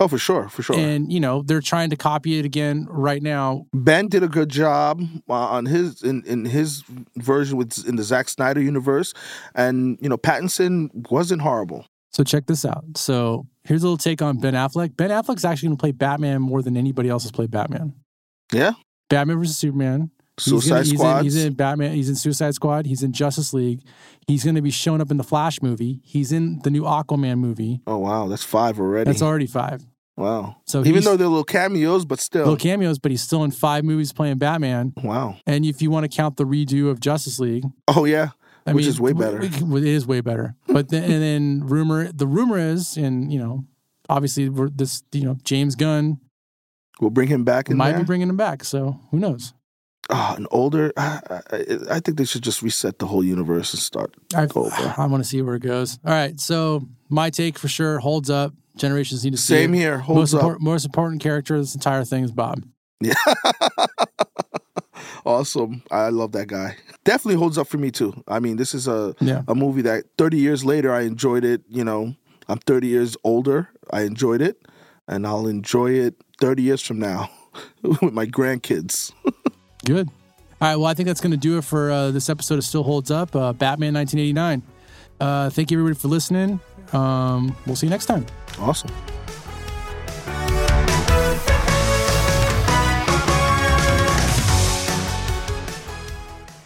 oh, for sure. For sure. And you know they're trying to copy it again right now. Ben did a good job uh, on his in, in his version with in the Zack Snyder universe, and you know Pattinson wasn't horrible. So check this out. So here's a little take on Ben Affleck. Ben Affleck's actually going to play Batman more than anybody else has played Batman. Yeah, Batman versus Superman. He's gonna- Suicide he's in- Squad. He's in, Batman. He's in Suicide Squad. He's in Justice League. He's going to be showing up in the Flash movie. He's in the new Aquaman movie. Oh wow, that's five already. That's already five. wow. So even he's- though they're little cameos, but still, Little cameos, but he's still in five movies playing Batman. wow. And if you want to count the redo of Justice League, Oh yeah, I which mean, is way better. w- w- It is way better. But then, and then rumor, the rumor is, and you know, obviously we're this, you know, James Gunn we'll bring him back in might there. be bringing him back. So who knows? Ah, an older. I, I, I think they should just reset the whole universe and start I, over. I want to see where it goes. All right, so my take for sure holds up. Generations need to see Same it. here, holds most up. Important, most important character of this entire thing is Bob. Awesome. I love that guy. Definitely holds up for me too. I mean, this is a Yeah. a movie that 30 years later I enjoyed it, you know. I'm 30 years older. I enjoyed it and I'll enjoy it 30 years from now with my grandkids. Good. All right. Well, I think that's going to do it for uh, this episode of Still Holds Up, uh, Batman 1989. Uh, thank you, everybody, for listening. Um, we'll see you next time. Awesome.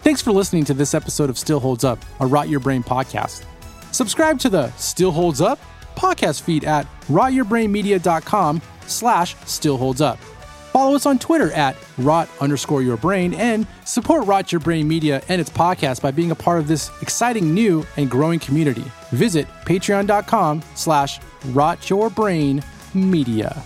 Thanks for listening to this episode of Still Holds Up, a Rot Your Brain podcast. Subscribe to the Still Holds Up podcast feed at rotyourbrainmedia.com slash still holds up. Follow us on Twitter at rot underscore your brain and support Rot Your Brain Media and its podcast by being a part of this exciting new and growing community. Visit patreon.com slash rot your brain media.